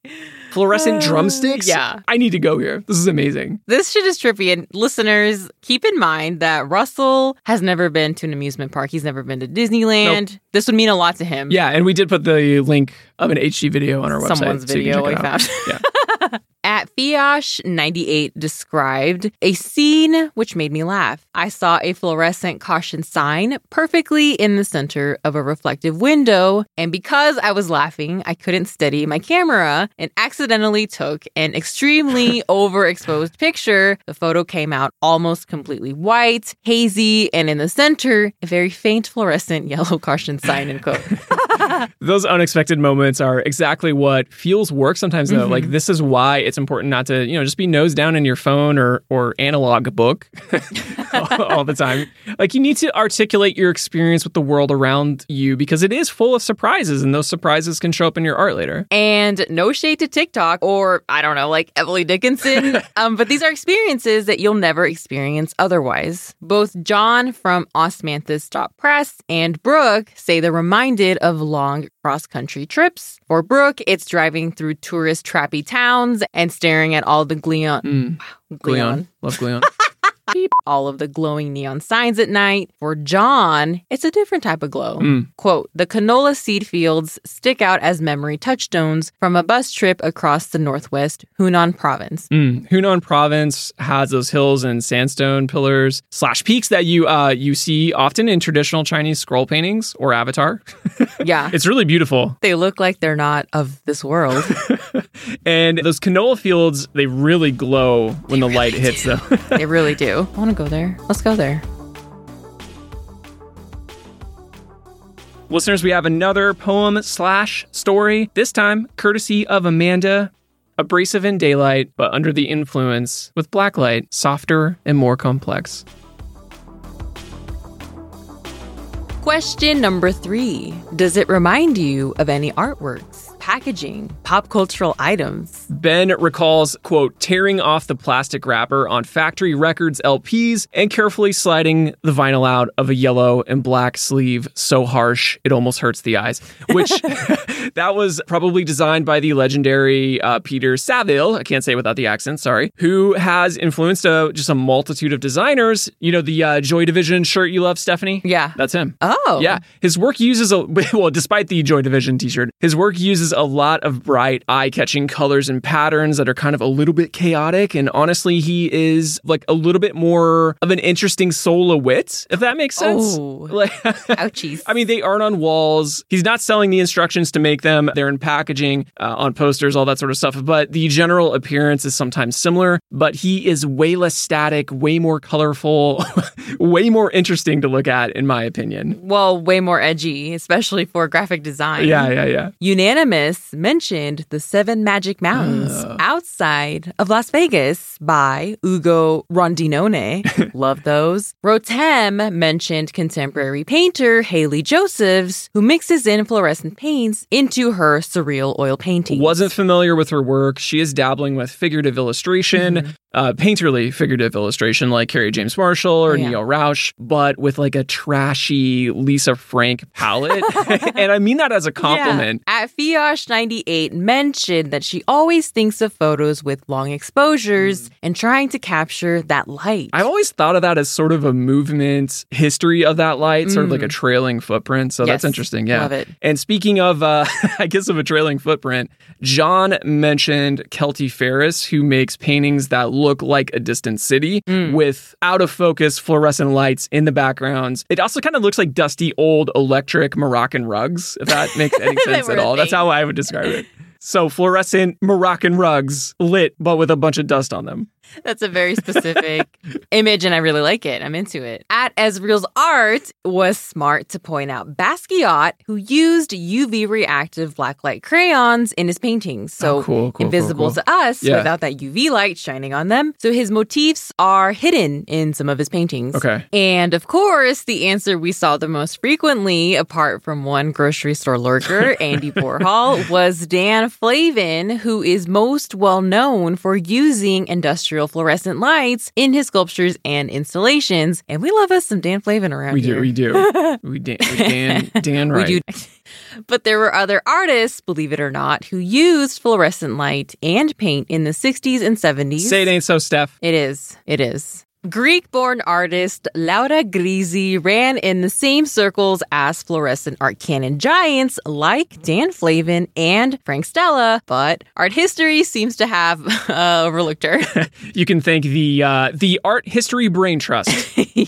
Speaker 4: Fluorescent drumsticks?
Speaker 3: yeah.
Speaker 4: I need to go here. This is amazing.
Speaker 3: This shit is trippy. And listeners, keep in mind that Russell has never been to an amusement park. He's never been to Disneyland. This would mean a lot to him.
Speaker 4: Yeah, and we did put the link of an HD video on our website.
Speaker 3: Someone's
Speaker 4: so you can
Speaker 3: video
Speaker 4: check it
Speaker 3: we
Speaker 4: out.
Speaker 3: found.
Speaker 4: <laughs>
Speaker 3: <laughs>
Speaker 4: Yeah.
Speaker 3: At Fiosh98 described a scene which made me laugh. I saw a fluorescent caution sign perfectly in the center of a reflective window, and because I was laughing, I couldn't steady my camera and accidentally took an extremely overexposed picture. The photo came out almost completely white, hazy, and in the center, a very faint fluorescent <laughs> yellow caution sign and quote.
Speaker 4: Those unexpected moments are exactly what fuels work sometimes though.
Speaker 3: Mm-hmm.
Speaker 4: Like this is why it's important not to, you know, just be nose down in your phone or or analog book <laughs> all, all the time. Like you need to articulate your experience with the world around you because it is full of surprises and those surprises can show up in your art later.
Speaker 3: And no shade to TikTok or I don't know, like Emily Dickinson. um, but these are experiences that you'll never experience otherwise. Both John from Osmanthus Stop Press and Brooke say they're reminded of long cross country trips. For Brooke, it's driving through tourist trappy towns and staring at all the gleon. Gleon. <laughs>
Speaker 4: Love Gleon.
Speaker 3: Beep. all of the glowing neon signs at night. For John, it's a different type of glow.
Speaker 4: Mm.
Speaker 3: Quote The canola seed fields stick out as memory touchstones from a bus trip across the northwest Hunan province.
Speaker 4: Mm. Hunan province has those hills and sandstone pillars slash peaks that you uh, you see often in traditional Chinese scroll paintings or avatar.
Speaker 3: <laughs>
Speaker 4: <laughs>
Speaker 3: Yeah.
Speaker 4: It's really beautiful.
Speaker 3: they look like they're not of this
Speaker 4: <laughs>
Speaker 3: world.
Speaker 4: And those canola fields, they really glow when the light hits them. <laughs>
Speaker 3: they really do. I want to go there. Let's go there.
Speaker 4: Listeners, we have another poem slash story, this time courtesy of Amanda. abrasive in daylight, but under the influence with blacklight, softer and more complex.
Speaker 3: Question number three Does it remind you of any artworks, packaging, pop cultural items?
Speaker 4: Ben recalls, quote, tearing off the plastic wrapper on factory records LPs and carefully sliding the vinyl out of a yellow and black sleeve so harsh it almost hurts the eyes, which <laughs> that was probably designed by the legendary uh, Peter Saville. I can't say it without the accent, sorry, who has influenced uh, just a multitude of designers. You know, the uh, Joy Division shirt you love, Stephanie?
Speaker 3: Yeah.
Speaker 4: That's him.
Speaker 3: Oh.
Speaker 4: Yeah. His work uses a <laughs> well, despite the Joy Division t-shirt, his work uses a lot of bright, eye-catching colors and patterns that are kind of a little bit chaotic and honestly he is like a little bit more of an interesting soul of wit, if that makes sense.
Speaker 3: Oh.
Speaker 4: <laughs> Like
Speaker 3: Ouchies.
Speaker 4: I mean, they aren't on walls. He's not selling the instructions to make them. They're in packaging, uh, on posters, all that sort of stuff. But the general appearance is sometimes similar. But he is way less static, way more colorful, <laughs> way more interesting to look at, in my opinion.
Speaker 3: well, way more edgy, especially for graphic design.
Speaker 4: Yeah, yeah, yeah.
Speaker 3: Unanimous mentioned the Seven Magic Mountains outside of Las Vegas by Ugo Rondinone. Love those. Rotem mentioned contemporary painter Haley Josephs, who mixes in fluorescent paints into her surreal oil paintings.
Speaker 4: Wasn't familiar with her work. She is dabbling with figurative illustration, uh, painterly figurative illustration, like Carrie James Marshall or
Speaker 3: Yeah.
Speaker 4: Neil Rausch, but with like a trashy Lisa Frank palette. <laughs> and I mean that as a compliment.
Speaker 3: Yeah. At Fiosh98 mentioned that she always thinks of photos with long exposures and trying to capture that light.
Speaker 4: I've always thought of that as sort of a movement history of that light, sort of like a trailing footprint. So
Speaker 3: Mm. Yes.
Speaker 4: that's interesting. Yeah.
Speaker 3: Love it.
Speaker 4: And speaking of, uh, <laughs> I guess, of a trailing footprint, John mentioned Kelty Ferris, who makes paintings that look like a distant city
Speaker 3: Mm.
Speaker 4: with out of focus fluorescent lights in the backgrounds. It also kind of looks like dusty old electric Moroccan rugs,
Speaker 3: <laughs>
Speaker 4: if that makes any sense
Speaker 3: were
Speaker 4: at
Speaker 3: a
Speaker 4: all. That's
Speaker 3: thing.
Speaker 4: how I would describe it. So fluorescent Moroccan rugs lit, but with a bunch of dust on them.
Speaker 3: That's a very
Speaker 4: <laughs>
Speaker 3: specific image, and I really like it. I'm into it. At Ezreal's Art was smart to point out Basquiat, who used UV reactive blacklight crayons in his paintings. So
Speaker 4: Oh, cool, cool,
Speaker 3: invisible
Speaker 4: cool, cool.
Speaker 3: to us
Speaker 4: Yeah.
Speaker 3: without that UV light shining on them. So his motifs are hidden in some of his paintings.
Speaker 4: Okay.
Speaker 3: And of course, the answer we saw the most frequently, apart from one grocery store
Speaker 4: <laughs>
Speaker 3: lurker, Andy Warhol, was Dan Flavin, who is most well known for using industrial fluorescent lights in his sculptures and installations. And we love us some Dan Flavin around
Speaker 4: We
Speaker 3: here.
Speaker 4: do,
Speaker 3: <laughs>
Speaker 4: we do. We Dan, we Dan, Dan right.
Speaker 3: We do. But there were other artists, believe it or not, who used fluorescent light and paint in the 60s and 70s.
Speaker 4: Say it ain't so, Steph.
Speaker 3: It is. It is. Greek born artist Laura Grisi ran in the same circles as fluorescent art canon giants like Dan Flavin and Frank Stella, but art history seems to have <laughs> uh, overlooked her. <laughs>
Speaker 4: You can thank the uh, the Art History
Speaker 3: <laughs>
Speaker 4: Brain Trust.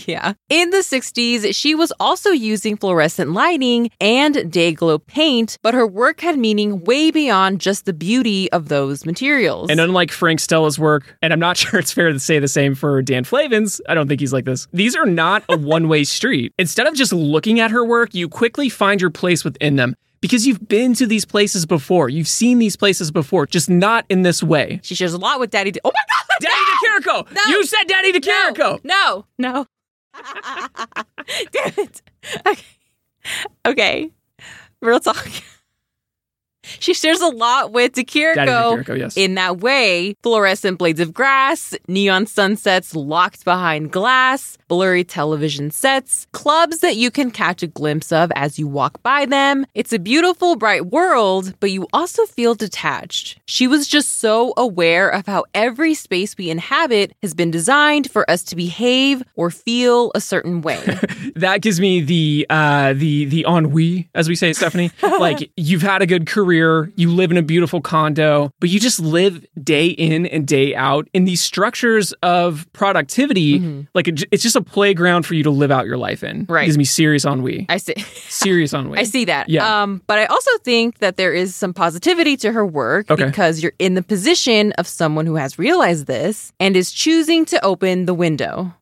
Speaker 3: yeah. In the 60s, she was also using fluorescent lighting and day glow paint, but her work had meaning way beyond just the beauty of those materials.
Speaker 4: and uh, unlike Frank Stella's work, and I'm not <laughs> sure it's fair to say the same for Dan Flavin's, I don't think he's like this. These are not
Speaker 3: <laughs>
Speaker 4: a one way street. Instead of just looking at her work, you quickly find your place within them because you've been to these places before. You've seen these places before, just not in this way.
Speaker 3: she shares a lot with Daddy. D- oh my God! <laughs>
Speaker 4: Daddy DeCarico!
Speaker 3: No!
Speaker 4: You said Daddy DeCarico!
Speaker 3: No, no. <laughs> Damn it. Okay. Okay. Real talk. <laughs> She shares a lot with
Speaker 4: Daddy
Speaker 3: DeCirico
Speaker 4: DeCarico, yes.
Speaker 3: in that way. Fluorescent blades of grass, neon sunsets locked behind glass, blurry television sets, clubs that you can catch a glimpse of as you walk by them. It's a beautiful, bright world, but you also feel detached. She was just so aware of how every space we inhabit has been designed for us to behave or feel a certain way.
Speaker 4: that gives me the uh the the ennui as we say
Speaker 3: <laughs>
Speaker 4: stephanie like you've had a good career you live in a beautiful condo but you just live day in and day out in these structures of productivity like it, it's just a playground for you to live out your life in
Speaker 3: Mm-hmm. Right.
Speaker 4: it gives me serious ennui
Speaker 3: I see.
Speaker 4: serious ennui
Speaker 3: I see that.
Speaker 4: Yeah.
Speaker 3: Um, but I also think that there is some positivity to her work
Speaker 4: Okay.
Speaker 3: because you're in the position of someone who has realized this and is choosing to open the window.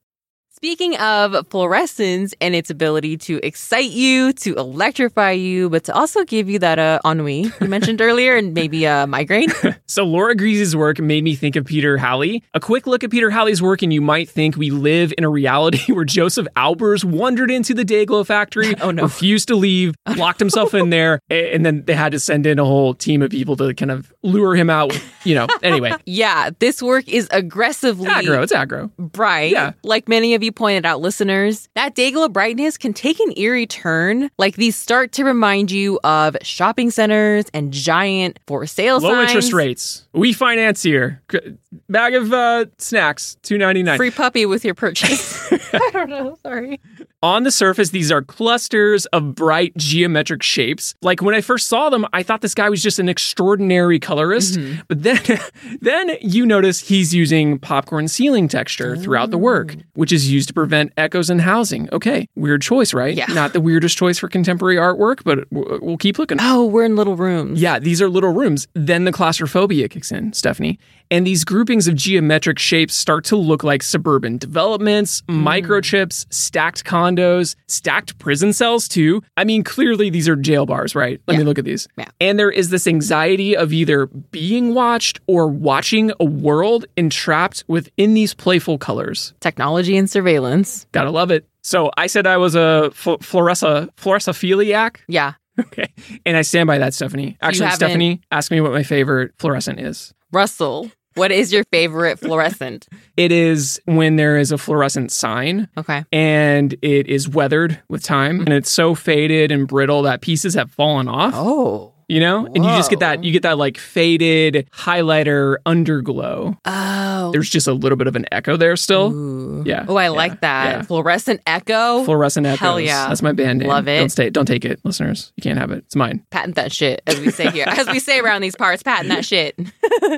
Speaker 3: Speaking of fluorescence and its ability to excite you, to electrify you, but to also give you that uh, ennui you
Speaker 4: <laughs>
Speaker 3: mentioned earlier and maybe a migraine.
Speaker 4: So Laura Greasy's work made me think of Peter Halley. A quick look at Peter Halley's work, and you might think we live in a reality <laughs> where Joseph Albers wandered into the Dayglow factory,
Speaker 3: <laughs> Oh, no.
Speaker 4: refused to leave, locked himself
Speaker 3: <laughs>
Speaker 4: in there, a- and then they had to send in a whole team of people to kind of lure him out. You know,
Speaker 3: <laughs>
Speaker 4: anyway,
Speaker 3: yeah, this work is aggressively
Speaker 4: aggro. It's aggro.
Speaker 3: bright.
Speaker 4: Yeah.
Speaker 3: Like many of you pointed out, listeners, that day glow brightness can take an eerie turn. Like these start to remind you of shopping centers and giant for sale
Speaker 4: Low
Speaker 3: signs.
Speaker 4: interest rates. We financier. C- Bag of uh, snacks, two ninety nine.
Speaker 3: Free puppy with your
Speaker 4: <laughs>
Speaker 3: purchase. <laughs> I don't know. Sorry.
Speaker 4: On the surface, these are clusters of bright geometric shapes. Like when I first saw them, I thought this guy was just an extraordinary colorist. But then, <laughs> then you notice he's using popcorn ceiling texture throughout the work, which is used to prevent echoes in housing. Okay, weird choice, right?
Speaker 3: Yeah.
Speaker 4: Not the weirdest choice for contemporary artwork, but w- we'll keep looking.
Speaker 3: Oh, we're in little rooms.
Speaker 4: Yeah, these are little rooms. Then the claustrophobia kicks in, Stephanie. And these groupings of geometric shapes start to look like suburban developments,
Speaker 3: Mm.
Speaker 4: microchips, stacked condos, stacked prison cells, too. I mean, clearly these are jail bars, right? Let me look at these.
Speaker 3: Yeah.
Speaker 4: And there is this anxiety of either being watched or watching a world entrapped within these playful colors.
Speaker 3: Technology and surveillance.
Speaker 4: Gotta love it. So I said I was a fl- fluoresce- fluorescephiliac.
Speaker 3: Yeah.
Speaker 4: Okay. And I stand by that, Stephanie. Actually,
Speaker 3: haven't-
Speaker 4: Stephanie, ask me what my favorite fluorescent is.
Speaker 3: Russell, what is your favorite fluorescent?
Speaker 4: It is when there is a fluorescent sign
Speaker 3: Okay.
Speaker 4: and it is weathered with time and it's so faded and brittle that pieces have fallen off.
Speaker 3: Oh.
Speaker 4: You know? And you just get that
Speaker 3: Whoa.
Speaker 4: you get that like faded highlighter underglow.
Speaker 3: Oh.
Speaker 4: There's just a little bit of an echo there still.
Speaker 3: Ooh.
Speaker 4: Yeah,
Speaker 3: Oh, I
Speaker 4: yeah,
Speaker 3: like that.
Speaker 4: yeah.
Speaker 3: Fluorescent echo.
Speaker 4: Fluorescent echoes.
Speaker 3: Hell yeah.
Speaker 4: That's my band name.
Speaker 3: Love it.
Speaker 4: Don't stay don't take it, listeners. You can't have it. It's mine.
Speaker 3: patent that shit, as we say here, <laughs> as we say around these parts, patent that shit. <laughs>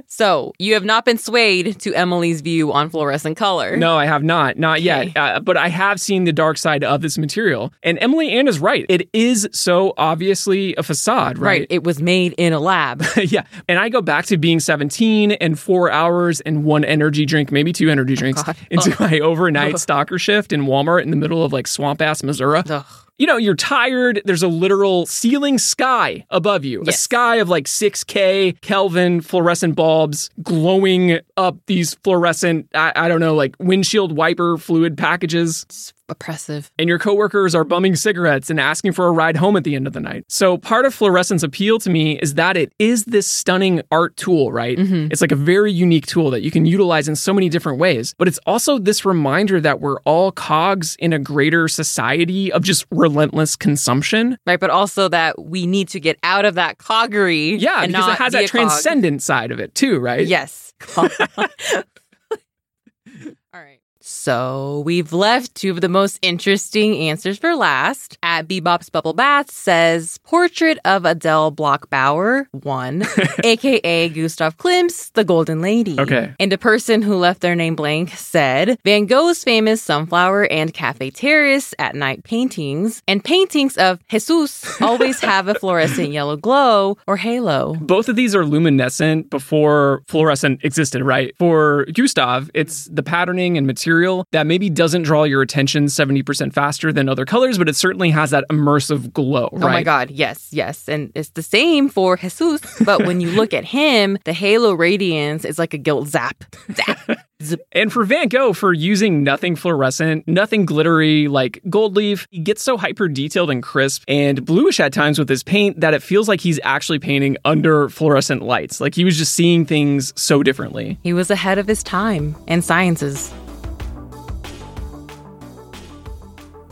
Speaker 3: so you have not been swayed to Emily's view on fluorescent color.
Speaker 4: <laughs> No, I have not. Not
Speaker 3: Okay.
Speaker 4: yet. Uh, but I have seen the dark side of this material. And Emily Ann is right. It is so obviously a facade,
Speaker 3: right.
Speaker 4: right?
Speaker 3: It was made in a lab. <laughs>
Speaker 4: <laughs> yeah. And I go back to being 17 and four hours and one energy drink, maybe two energy drinks, into my overnight stalker shift in Walmart in the middle of like swamp ass Missouri.
Speaker 3: Ugh.
Speaker 4: You know, you're tired. There's a literal ceiling sky above you, a
Speaker 3: Yes.
Speaker 4: sky of like 6K Kelvin fluorescent bulbs glowing up these fluorescent, I, I don't know, like windshield wiper fluid packages.
Speaker 3: It's oppressive.
Speaker 4: And your coworkers are bumming cigarettes and asking for a ride home at the end of the night. So, part of fluorescence appeal to me is that it is this stunning art tool, right?
Speaker 3: Mm-hmm.
Speaker 4: It's like a very unique tool that you can utilize in so many different ways. But it's also this reminder that we're all cogs in a greater society of just relentless consumption.
Speaker 3: Right. But also that we need to get out of that coggery.
Speaker 4: Yeah,
Speaker 3: and
Speaker 4: because
Speaker 3: not
Speaker 4: it has
Speaker 3: be
Speaker 4: that
Speaker 3: a cog.
Speaker 4: transcendent side of it too, right? <laughs>
Speaker 3: Yes. <laughs> All right. So we've left two of the most interesting answers for last. At Bebop's Bubble Bath says portrait of Adele Blockbauer,
Speaker 4: <laughs>
Speaker 3: one, aka Gustav Klimt's The Golden Lady.
Speaker 4: Okay.
Speaker 3: And a person who left their name blank said Van Gogh's famous sunflower and cafe terrace at night paintings and paintings of Jesus always have a fluorescent yellow glow or halo.
Speaker 4: Both of these are luminescent before fluorescent existed, right? For Gustav, it's the patterning and material that maybe doesn't draw your attention 70% faster than other colors, but it certainly has that immersive glow, right?
Speaker 3: Oh my God. Yes, yes. And it's the same for Jesus. But when you look at him, the halo radiance is like a guilt zap. Zap.
Speaker 4: <laughs> And for Van Gogh, for using nothing fluorescent, nothing glittery like gold leaf, he gets so hyper detailed and crisp and bluish at times with his paint that it feels like he's actually painting under fluorescent lights. Like he was just seeing things so differently.
Speaker 3: He was ahead of his time and sciences.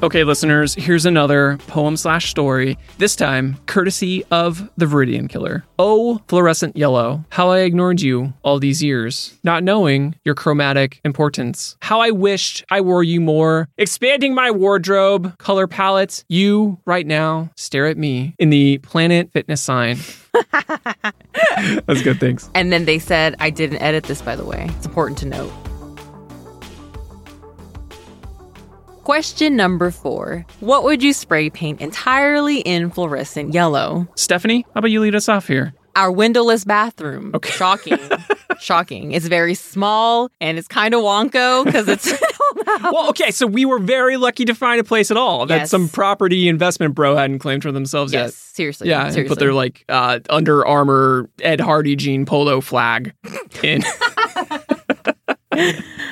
Speaker 4: Okay, listeners, here's another poem slash story, this time courtesy of the Viridian Killer. Oh, fluorescent yellow, how I ignored you all these years, not knowing your chromatic importance. How I wished I wore you more, expanding my wardrobe, color palette. You, right now, stare at me in the Planet Fitness sign. That's good, thanks.
Speaker 3: And then they said, I didn't edit this, by the way. It's important to note. Question number four What would you spray paint entirely in fluorescent yellow?
Speaker 4: Stephanie, how about you lead us off here?
Speaker 3: our windowless bathroom.
Speaker 4: Okay. <laughs>
Speaker 3: Shocking. Shocking. It's <laughs> very small and it's kind of wonko because it's
Speaker 4: <laughs> Well, okay, so we were very lucky to find a place at all that
Speaker 3: Yes.
Speaker 4: some property investment bro hadn't claimed for themselves
Speaker 3: Yes,
Speaker 4: yet.
Speaker 3: seriously.
Speaker 4: Yeah,
Speaker 3: seriously.
Speaker 4: and put their like uh, Under Armour Ed Hardy jean polo flag
Speaker 3: <laughs>
Speaker 4: in.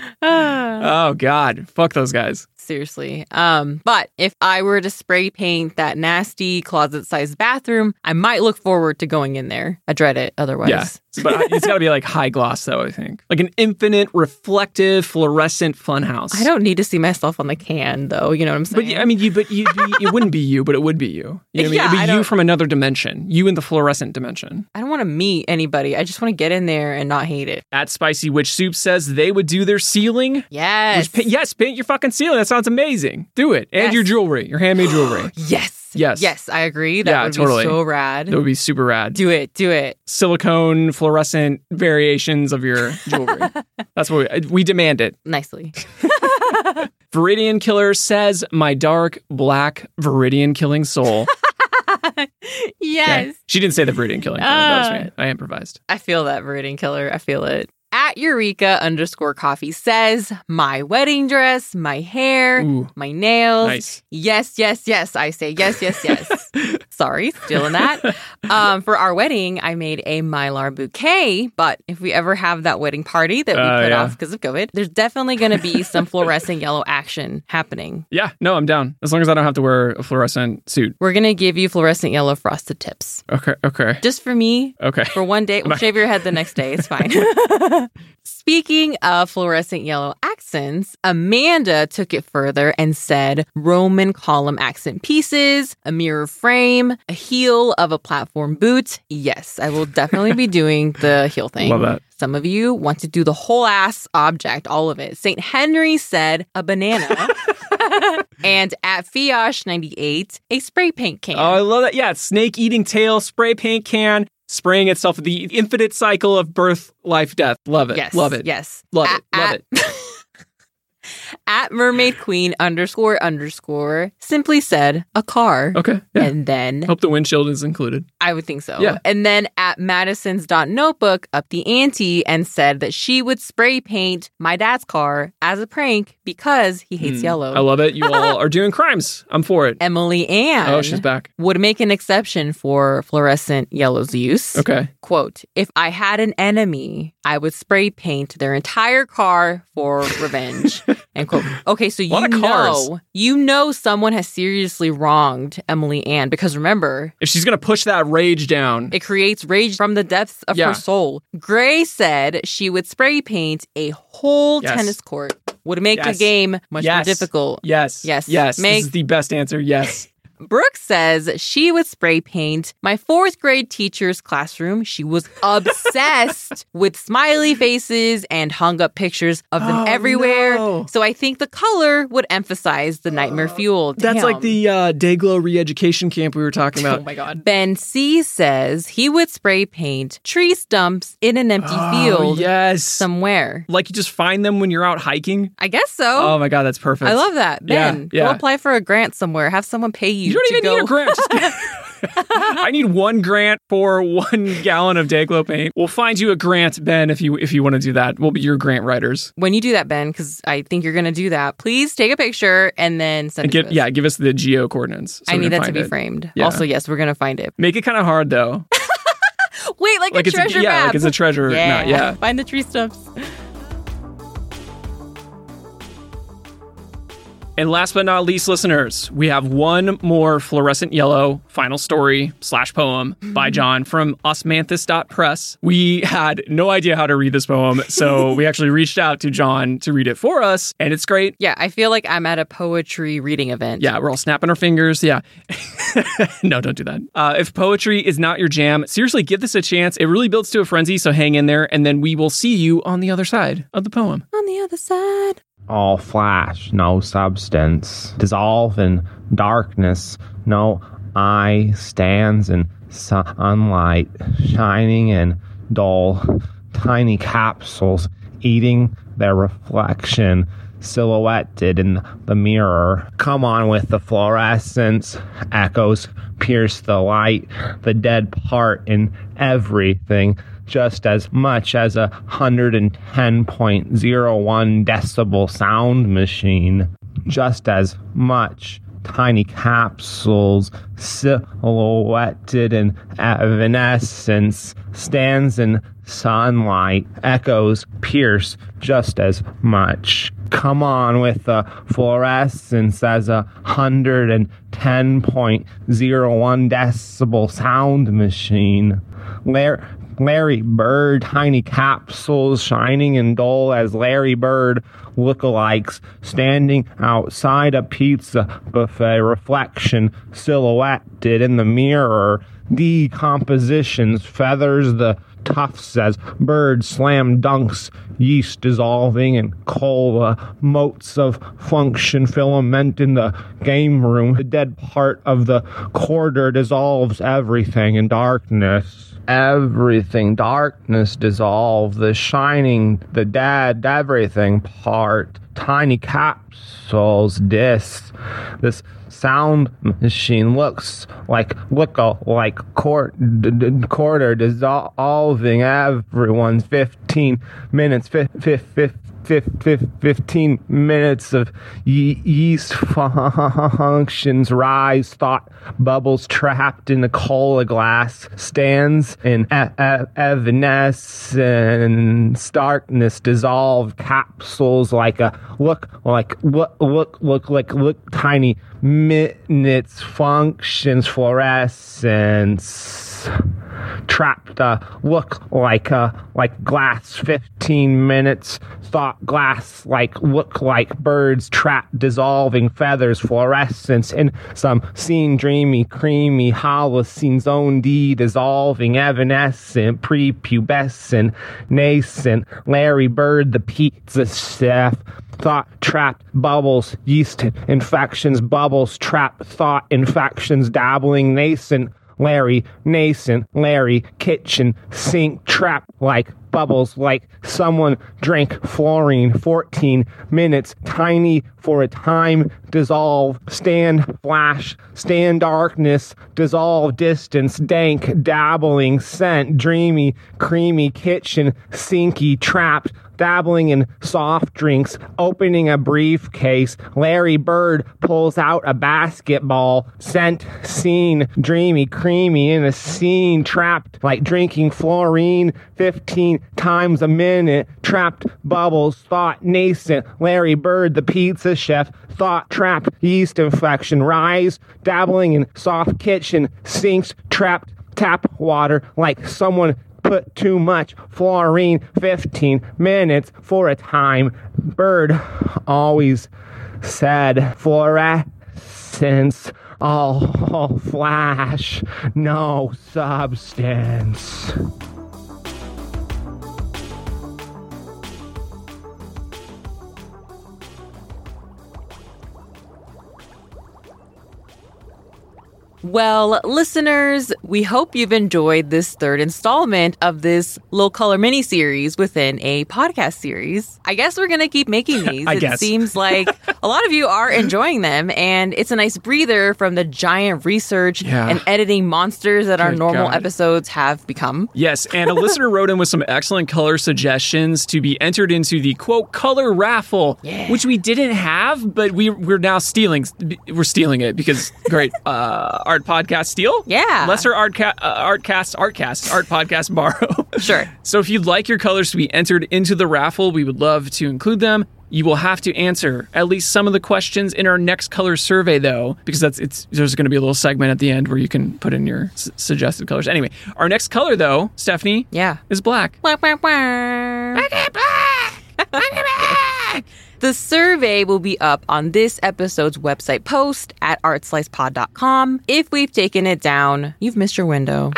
Speaker 4: <laughs> oh God, fuck those guys.
Speaker 3: seriously. Um, but if I were to spray paint that nasty closet-sized bathroom, I might look forward to going in there. I dread it otherwise.
Speaker 4: Yeah, but it's got to be like high gloss though. I think like an infinite reflective fluorescent funhouse.
Speaker 3: I don't need to see myself on the can, though. You know what I'm
Speaker 4: But
Speaker 3: saying?
Speaker 4: yeah, I mean, you, but you, it wouldn't be you, but it would be you. You know what I mean?
Speaker 3: <laughs> Yeah,
Speaker 4: It'd be
Speaker 3: I
Speaker 4: you
Speaker 3: don't-
Speaker 4: from another dimension. You in the fluorescent dimension.
Speaker 3: I don't want to meet anybody. I just want to get in there and not hate it.
Speaker 4: At Spicy Witch Soup says they would do their ceiling.
Speaker 3: Yes.
Speaker 4: Just pa- yes, paint your fucking ceiling. That sounds amazing. Do it. And
Speaker 3: Yes.
Speaker 4: your jewelry, your
Speaker 3: <gasps>
Speaker 4: handmade jewelry.
Speaker 3: Yes.
Speaker 4: Yes.
Speaker 3: Yes, I agree. That
Speaker 4: Yeah,
Speaker 3: would
Speaker 4: totally.
Speaker 3: be so rad.
Speaker 4: that would be super rad.
Speaker 3: Do it. Do it.
Speaker 4: Silicone fluorescent variations of your
Speaker 3: <laughs>
Speaker 4: jewelry. That's what we, we demand it. <laughs>
Speaker 3: Nicely.
Speaker 4: Viridian Killer says, My dark, black, Viridian killing soul.
Speaker 3: <laughs> yes. Uh.
Speaker 4: Okay. She didn't say the Viridian killing. Killer. that was me. I improvised.
Speaker 3: I feel that Viridian Killer. I feel it. At Eureka underscore coffee says, my wedding dress, my hair,
Speaker 4: Ooh.
Speaker 3: my nails.
Speaker 4: Nice.
Speaker 3: Yes, yes, yes. I say yes, yes,
Speaker 4: <laughs>
Speaker 3: yes. Sorry, stealing that. Um, for our wedding, I made a mylar bouquet, but if we ever have that wedding party that we
Speaker 4: Uh,
Speaker 3: put
Speaker 4: yeah.
Speaker 3: off because of COVID, there's definitely going to be some fluorescent yellow action happening.
Speaker 4: Yeah, no, I'm down. As long as I don't have to wear a fluorescent suit.
Speaker 3: We're going to give you fluorescent yellow frosted tips.
Speaker 4: Okay, okay,
Speaker 3: Just for me,
Speaker 4: okay.
Speaker 3: for one day. We'll shave your head the next day. It's fine. <laughs> Speaking of fluorescent yellow accents, Amanda took it further and said Roman column accent pieces, a mirror frame, a heel of a platform boot. Yes, I will definitely be doing the heel thing.
Speaker 4: <laughs> Love that.
Speaker 3: Some of you want to do the whole ass object, all of it. St. Henry said a
Speaker 4: <laughs>
Speaker 3: banana. <laughs> and at Fiosh 98, a spray paint can.
Speaker 4: Oh, I love that. Yeah, snake eating tail, spray paint can, spraying itself, the infinite cycle of birth, life, death. Love it.
Speaker 3: Yes.
Speaker 4: Love it.
Speaker 3: Yes.
Speaker 4: Love it. Love it.
Speaker 3: <laughs> at mermaid queen underscore underscore simply said a car.
Speaker 4: Okay. Yeah.
Speaker 3: And then
Speaker 4: Hope the windshield is included.
Speaker 3: I would think so.
Speaker 4: Yeah.
Speaker 3: And then at Madison's dot notebook up the ante and said that she would spray paint my dad's car as a prank because he hates yellow.
Speaker 4: Hmm. I love it. You
Speaker 3: <laughs>
Speaker 4: all are doing crimes. I'm for it.
Speaker 3: Emily Ann
Speaker 4: Oh, she's back.
Speaker 3: would make an exception for fluorescent yellow's use.
Speaker 4: Okay.
Speaker 3: Quote, if I had an enemy, I would spray paint their entire car for
Speaker 4: <laughs>
Speaker 3: revenge. End quote. Okay, so you
Speaker 4: Lot of cars.
Speaker 3: know you know someone has seriously wronged Emily Ann because remember,
Speaker 4: If she's gonna push that rage down,
Speaker 3: it creates rage from the depths of
Speaker 4: Yeah.
Speaker 3: her soul. Gray said she would spray paint a whole
Speaker 4: Yes.
Speaker 3: tennis court. Would make
Speaker 4: Yes.
Speaker 3: the game much more
Speaker 4: Yes.
Speaker 3: difficult.
Speaker 4: yes,
Speaker 3: Yes.
Speaker 4: yes.
Speaker 3: Make-
Speaker 4: This is the best
Speaker 3: <laughs>
Speaker 4: answer. Yes.
Speaker 3: Brooke says she would spray paint my fourth grade teacher's classroom. She
Speaker 4: <laughs>
Speaker 3: was obsessed with smiley faces and hung up pictures of them
Speaker 4: Oh,
Speaker 3: everywhere.
Speaker 4: no.
Speaker 3: So I think the color would emphasize the
Speaker 4: <gasps>
Speaker 3: nightmare fuel.
Speaker 4: That's like
Speaker 3: Damn.
Speaker 4: the uh, Dayglow re-education camp we were talking about.
Speaker 3: <laughs> Oh my God. Ben C says he would spray paint tree stumps in an empty
Speaker 4: Oh,
Speaker 3: field
Speaker 4: yes.
Speaker 3: somewhere.
Speaker 4: like you just find them when you're out hiking.
Speaker 3: I guess so.
Speaker 4: Oh my god, that's perfect.
Speaker 3: I love that.
Speaker 4: Yeah,
Speaker 3: Ben,
Speaker 4: yeah.
Speaker 3: go apply for a grant somewhere. Have someone pay you.
Speaker 4: You don't
Speaker 3: to
Speaker 4: even need
Speaker 3: go-
Speaker 4: a
Speaker 3: <laughs>
Speaker 4: grant. Just get- <laughs> I need one grant for one gallon of Dayglo paint. We'll find you a grant, Ben, if you if you want to do that. We'll be your grant writers.
Speaker 3: when you do that, Ben, because I think you're going to do that, please take a picture and then send
Speaker 4: And
Speaker 3: it to
Speaker 4: get
Speaker 3: us.
Speaker 4: yeah, give us the geo coordinates. so
Speaker 3: I
Speaker 4: we
Speaker 3: need
Speaker 4: can
Speaker 3: that to
Speaker 4: find
Speaker 3: be
Speaker 4: it.
Speaker 3: framed.
Speaker 4: Yeah.
Speaker 3: Also, yes, we're going to find it.
Speaker 4: Make it kind of hard though,
Speaker 3: <gasps> Wait, like,
Speaker 4: like
Speaker 3: a
Speaker 4: it's
Speaker 3: treasure
Speaker 4: a, yeah,
Speaker 3: map.
Speaker 4: like it's a treasure.
Speaker 3: yeah.
Speaker 4: map. yeah.
Speaker 3: Find the tree stumps.
Speaker 4: And last but not least, listeners, we have one more fluorescent yellow final story slash poem
Speaker 3: Mm-hmm.
Speaker 4: by John from osmanthus.press. We had no idea how to read this poem,
Speaker 3: <laughs>
Speaker 4: so we actually reached out to John to read it for us, and it's great.
Speaker 3: Yeah, I feel like I'm at a poetry reading event.
Speaker 4: Yeah, we're all snapping our fingers. Yeah. <laughs> no, don't do that. Uh, if poetry is not your jam, seriously, give this a chance. It really builds to a frenzy, so hang in there, and then we will see you on the other side of the poem.
Speaker 3: On the other side.
Speaker 6: all flash, no substance, dissolve in darkness, no eye stands in sunlight, shining in dull, tiny capsules, eating their reflection, silhouetted in the mirror. Come on with the fluorescence, echoes pierce the light, the dead part in everything. just as much as a 110.01 decibel sound machine, just as much tiny capsules silhouetted in evanescence stands in sunlight echoes pierce just as much come on with the fluorescence as a 110.01 decibel sound machine Lar- Larry Bird, tiny capsules shining and dull as Larry Bird lookalikes standing outside a pizza buffet, reflection silhouetted in the mirror, decompositions, feathers, the tufts as bird slam dunks, yeast dissolving in cola, motes of function filament in the game room, the dead part of the corridor dissolves everything in darkness everything darkness dissolve the shining the dead everything part tiny capsules discs this sound machine looks like look like court d- d- quarter dissolving everyone's 15 minutes fif- fif- fif- fif- fif- 15 minutes of ye- yeast <laughs> functions rise thought bubbles trapped in a cola glass stands in e- e- evanescence darkness dissolve capsules like a look like look look look like look tiny minutes functions fluorescence trapped uh, look like uh, like glass 15 minutes thought glass like look like birds trapped dissolving feathers fluorescence in some scene dreamy creamy holocene zone d dissolving evanescent prepubescent nascent larry bird the pizza chef thought trapped bubbles yeast infections bubbles trapped thought infections dabbling nascent Larry, nascent, Larry, kitchen, sink, trap like bubbles, like someone drank fluorine. 14 minutes, tiny for a time, dissolve, stand, flash, stand, darkness, dissolve, distance, dank, dabbling, scent, dreamy, creamy, kitchen, sinky, trapped, dabbling in soft drinks, opening a briefcase. Larry Bird pulls out a basketball, scent, scene, dreamy, creamy, in a scene, trapped like drinking fluorine 15 times a minute, trapped bubbles, thought nascent. Larry Bird, the pizza chef, thought trapped, yeast infection, rise, dabbling in soft kitchen, sinks, trapped. Tap water like someone put too much fluorine 15 minutes for a time. Bird always said fluorescence, all all flash, no substance.
Speaker 3: Well, listeners, we hope you've enjoyed this third installment of this low color mini series within a podcast series. I guess we're going to keep making these.
Speaker 4: <laughs> I
Speaker 3: it
Speaker 4: guess.
Speaker 3: seems like a lot of you are enjoying them, and it's a nice breather from the giant research
Speaker 4: Yeah.
Speaker 3: and editing monsters that our
Speaker 4: Good
Speaker 3: normal
Speaker 4: God.
Speaker 3: episodes have become.
Speaker 4: Yes, and a listener wrote in with some excellent color suggestions to be entered into the quote color raffle, which we didn't have, but we we're now stealing. We're stealing it because great <laughs> uh, art podcast steal.
Speaker 3: Yeah.
Speaker 4: lesser art ca- uh, artcast artcast art podcast borrow.
Speaker 3: <laughs> Sure.
Speaker 4: So if you'd like your colors to be entered into the raffle, we would love to include them. You will have to answer at least some of the questions in our next color survey, though, because that's it's there's going to be a little segment at the end where you can put in your s- suggested colors. Anyway, our next color, though, Stephanie,
Speaker 3: Yeah.
Speaker 4: is black.
Speaker 3: Wah, wah, wah. <laughs> The survey will be up on this episode's website post at artslicepod.com. If we've taken it down, you've missed your window.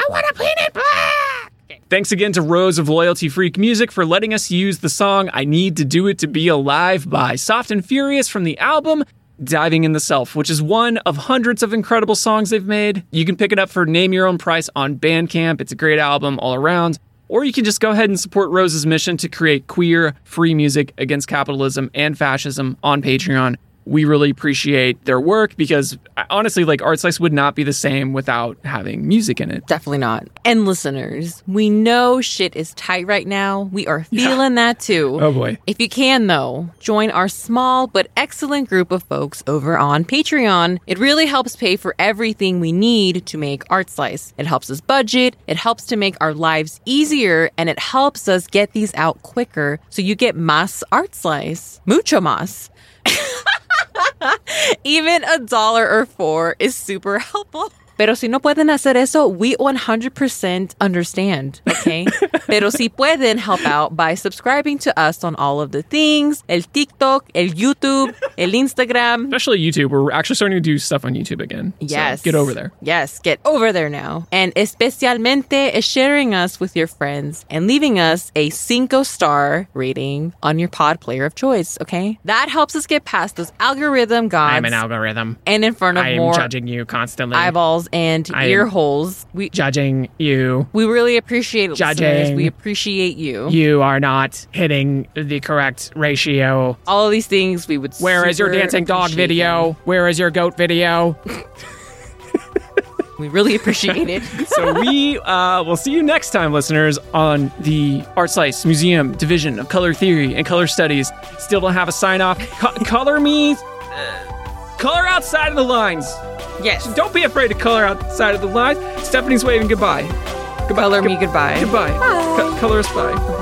Speaker 4: Thanks again to Rose of Loyalty Freak Music for letting us use the song "I Need to Do It to Be Alive" by Soft and Furious from the album. Diving in the Self, which is one of hundreds of incredible songs they've made. You can pick it up for Name Your Own Price on Bandcamp. It's a great album all around. Or you can just go ahead and support Rose's mission to create queer, free music against capitalism and fascism on Patreon. we really appreciate their work because uh, honestly, like Art Slice would not be the same without having music in it.
Speaker 3: Definitely not. And listeners, we know shit is tight right now. We are feeling that too.
Speaker 4: Oh, boy.
Speaker 3: If you can, though, join our small but excellent group of folks over on Patreon. It really helps pay for everything we need to make Art Slice. It helps us budget, it helps to make our lives easier, and it helps us get these out quicker so you get mas Art Slice, mucho mas. Even a dollar or four is super helpful. <laughs> Pero si no pueden hacer eso, we 100% understand, <laughs> okay? Pero si pueden help out by subscribing to us on all of the things, el TikTok, el YouTube, el
Speaker 4: <laughs>
Speaker 3: Instagram.
Speaker 4: Especially YouTube. We're actually starting to do stuff on YouTube again. So
Speaker 3: Yes.
Speaker 4: get over there.
Speaker 3: Yes, get over there now. And especialmente is sharing us with your friends and leaving us a cinco star rating on your pod player of choice, okay? That helps us get past those algorithm gods
Speaker 4: algorithm.
Speaker 3: and in front of more
Speaker 4: you constantly.
Speaker 3: eyeballs and
Speaker 4: I am-
Speaker 3: ear holes. We
Speaker 4: judging you.
Speaker 3: we really appreciate it, listeners.
Speaker 4: Judging.
Speaker 3: We appreciate you.
Speaker 4: You are not hitting the correct ratio.
Speaker 3: All of these things we would.
Speaker 4: Where is your
Speaker 3: super
Speaker 4: dancing dog
Speaker 3: appreciate
Speaker 4: video? Where is your goat video?
Speaker 3: them. We really appreciate
Speaker 4: <laughs>
Speaker 3: it.
Speaker 4: so we uh, will see you next time, listeners, on the Art Slice Museum Division of Color Theory and Color Studies. Still don't have a sign off. Co- color me. uh, color outside of the lines.
Speaker 3: yes.
Speaker 4: Don't be afraid to color outside of the lines. Stephanie's waving goodbye.
Speaker 3: Color me goodbye.
Speaker 4: Goodbye. Co- color us bye.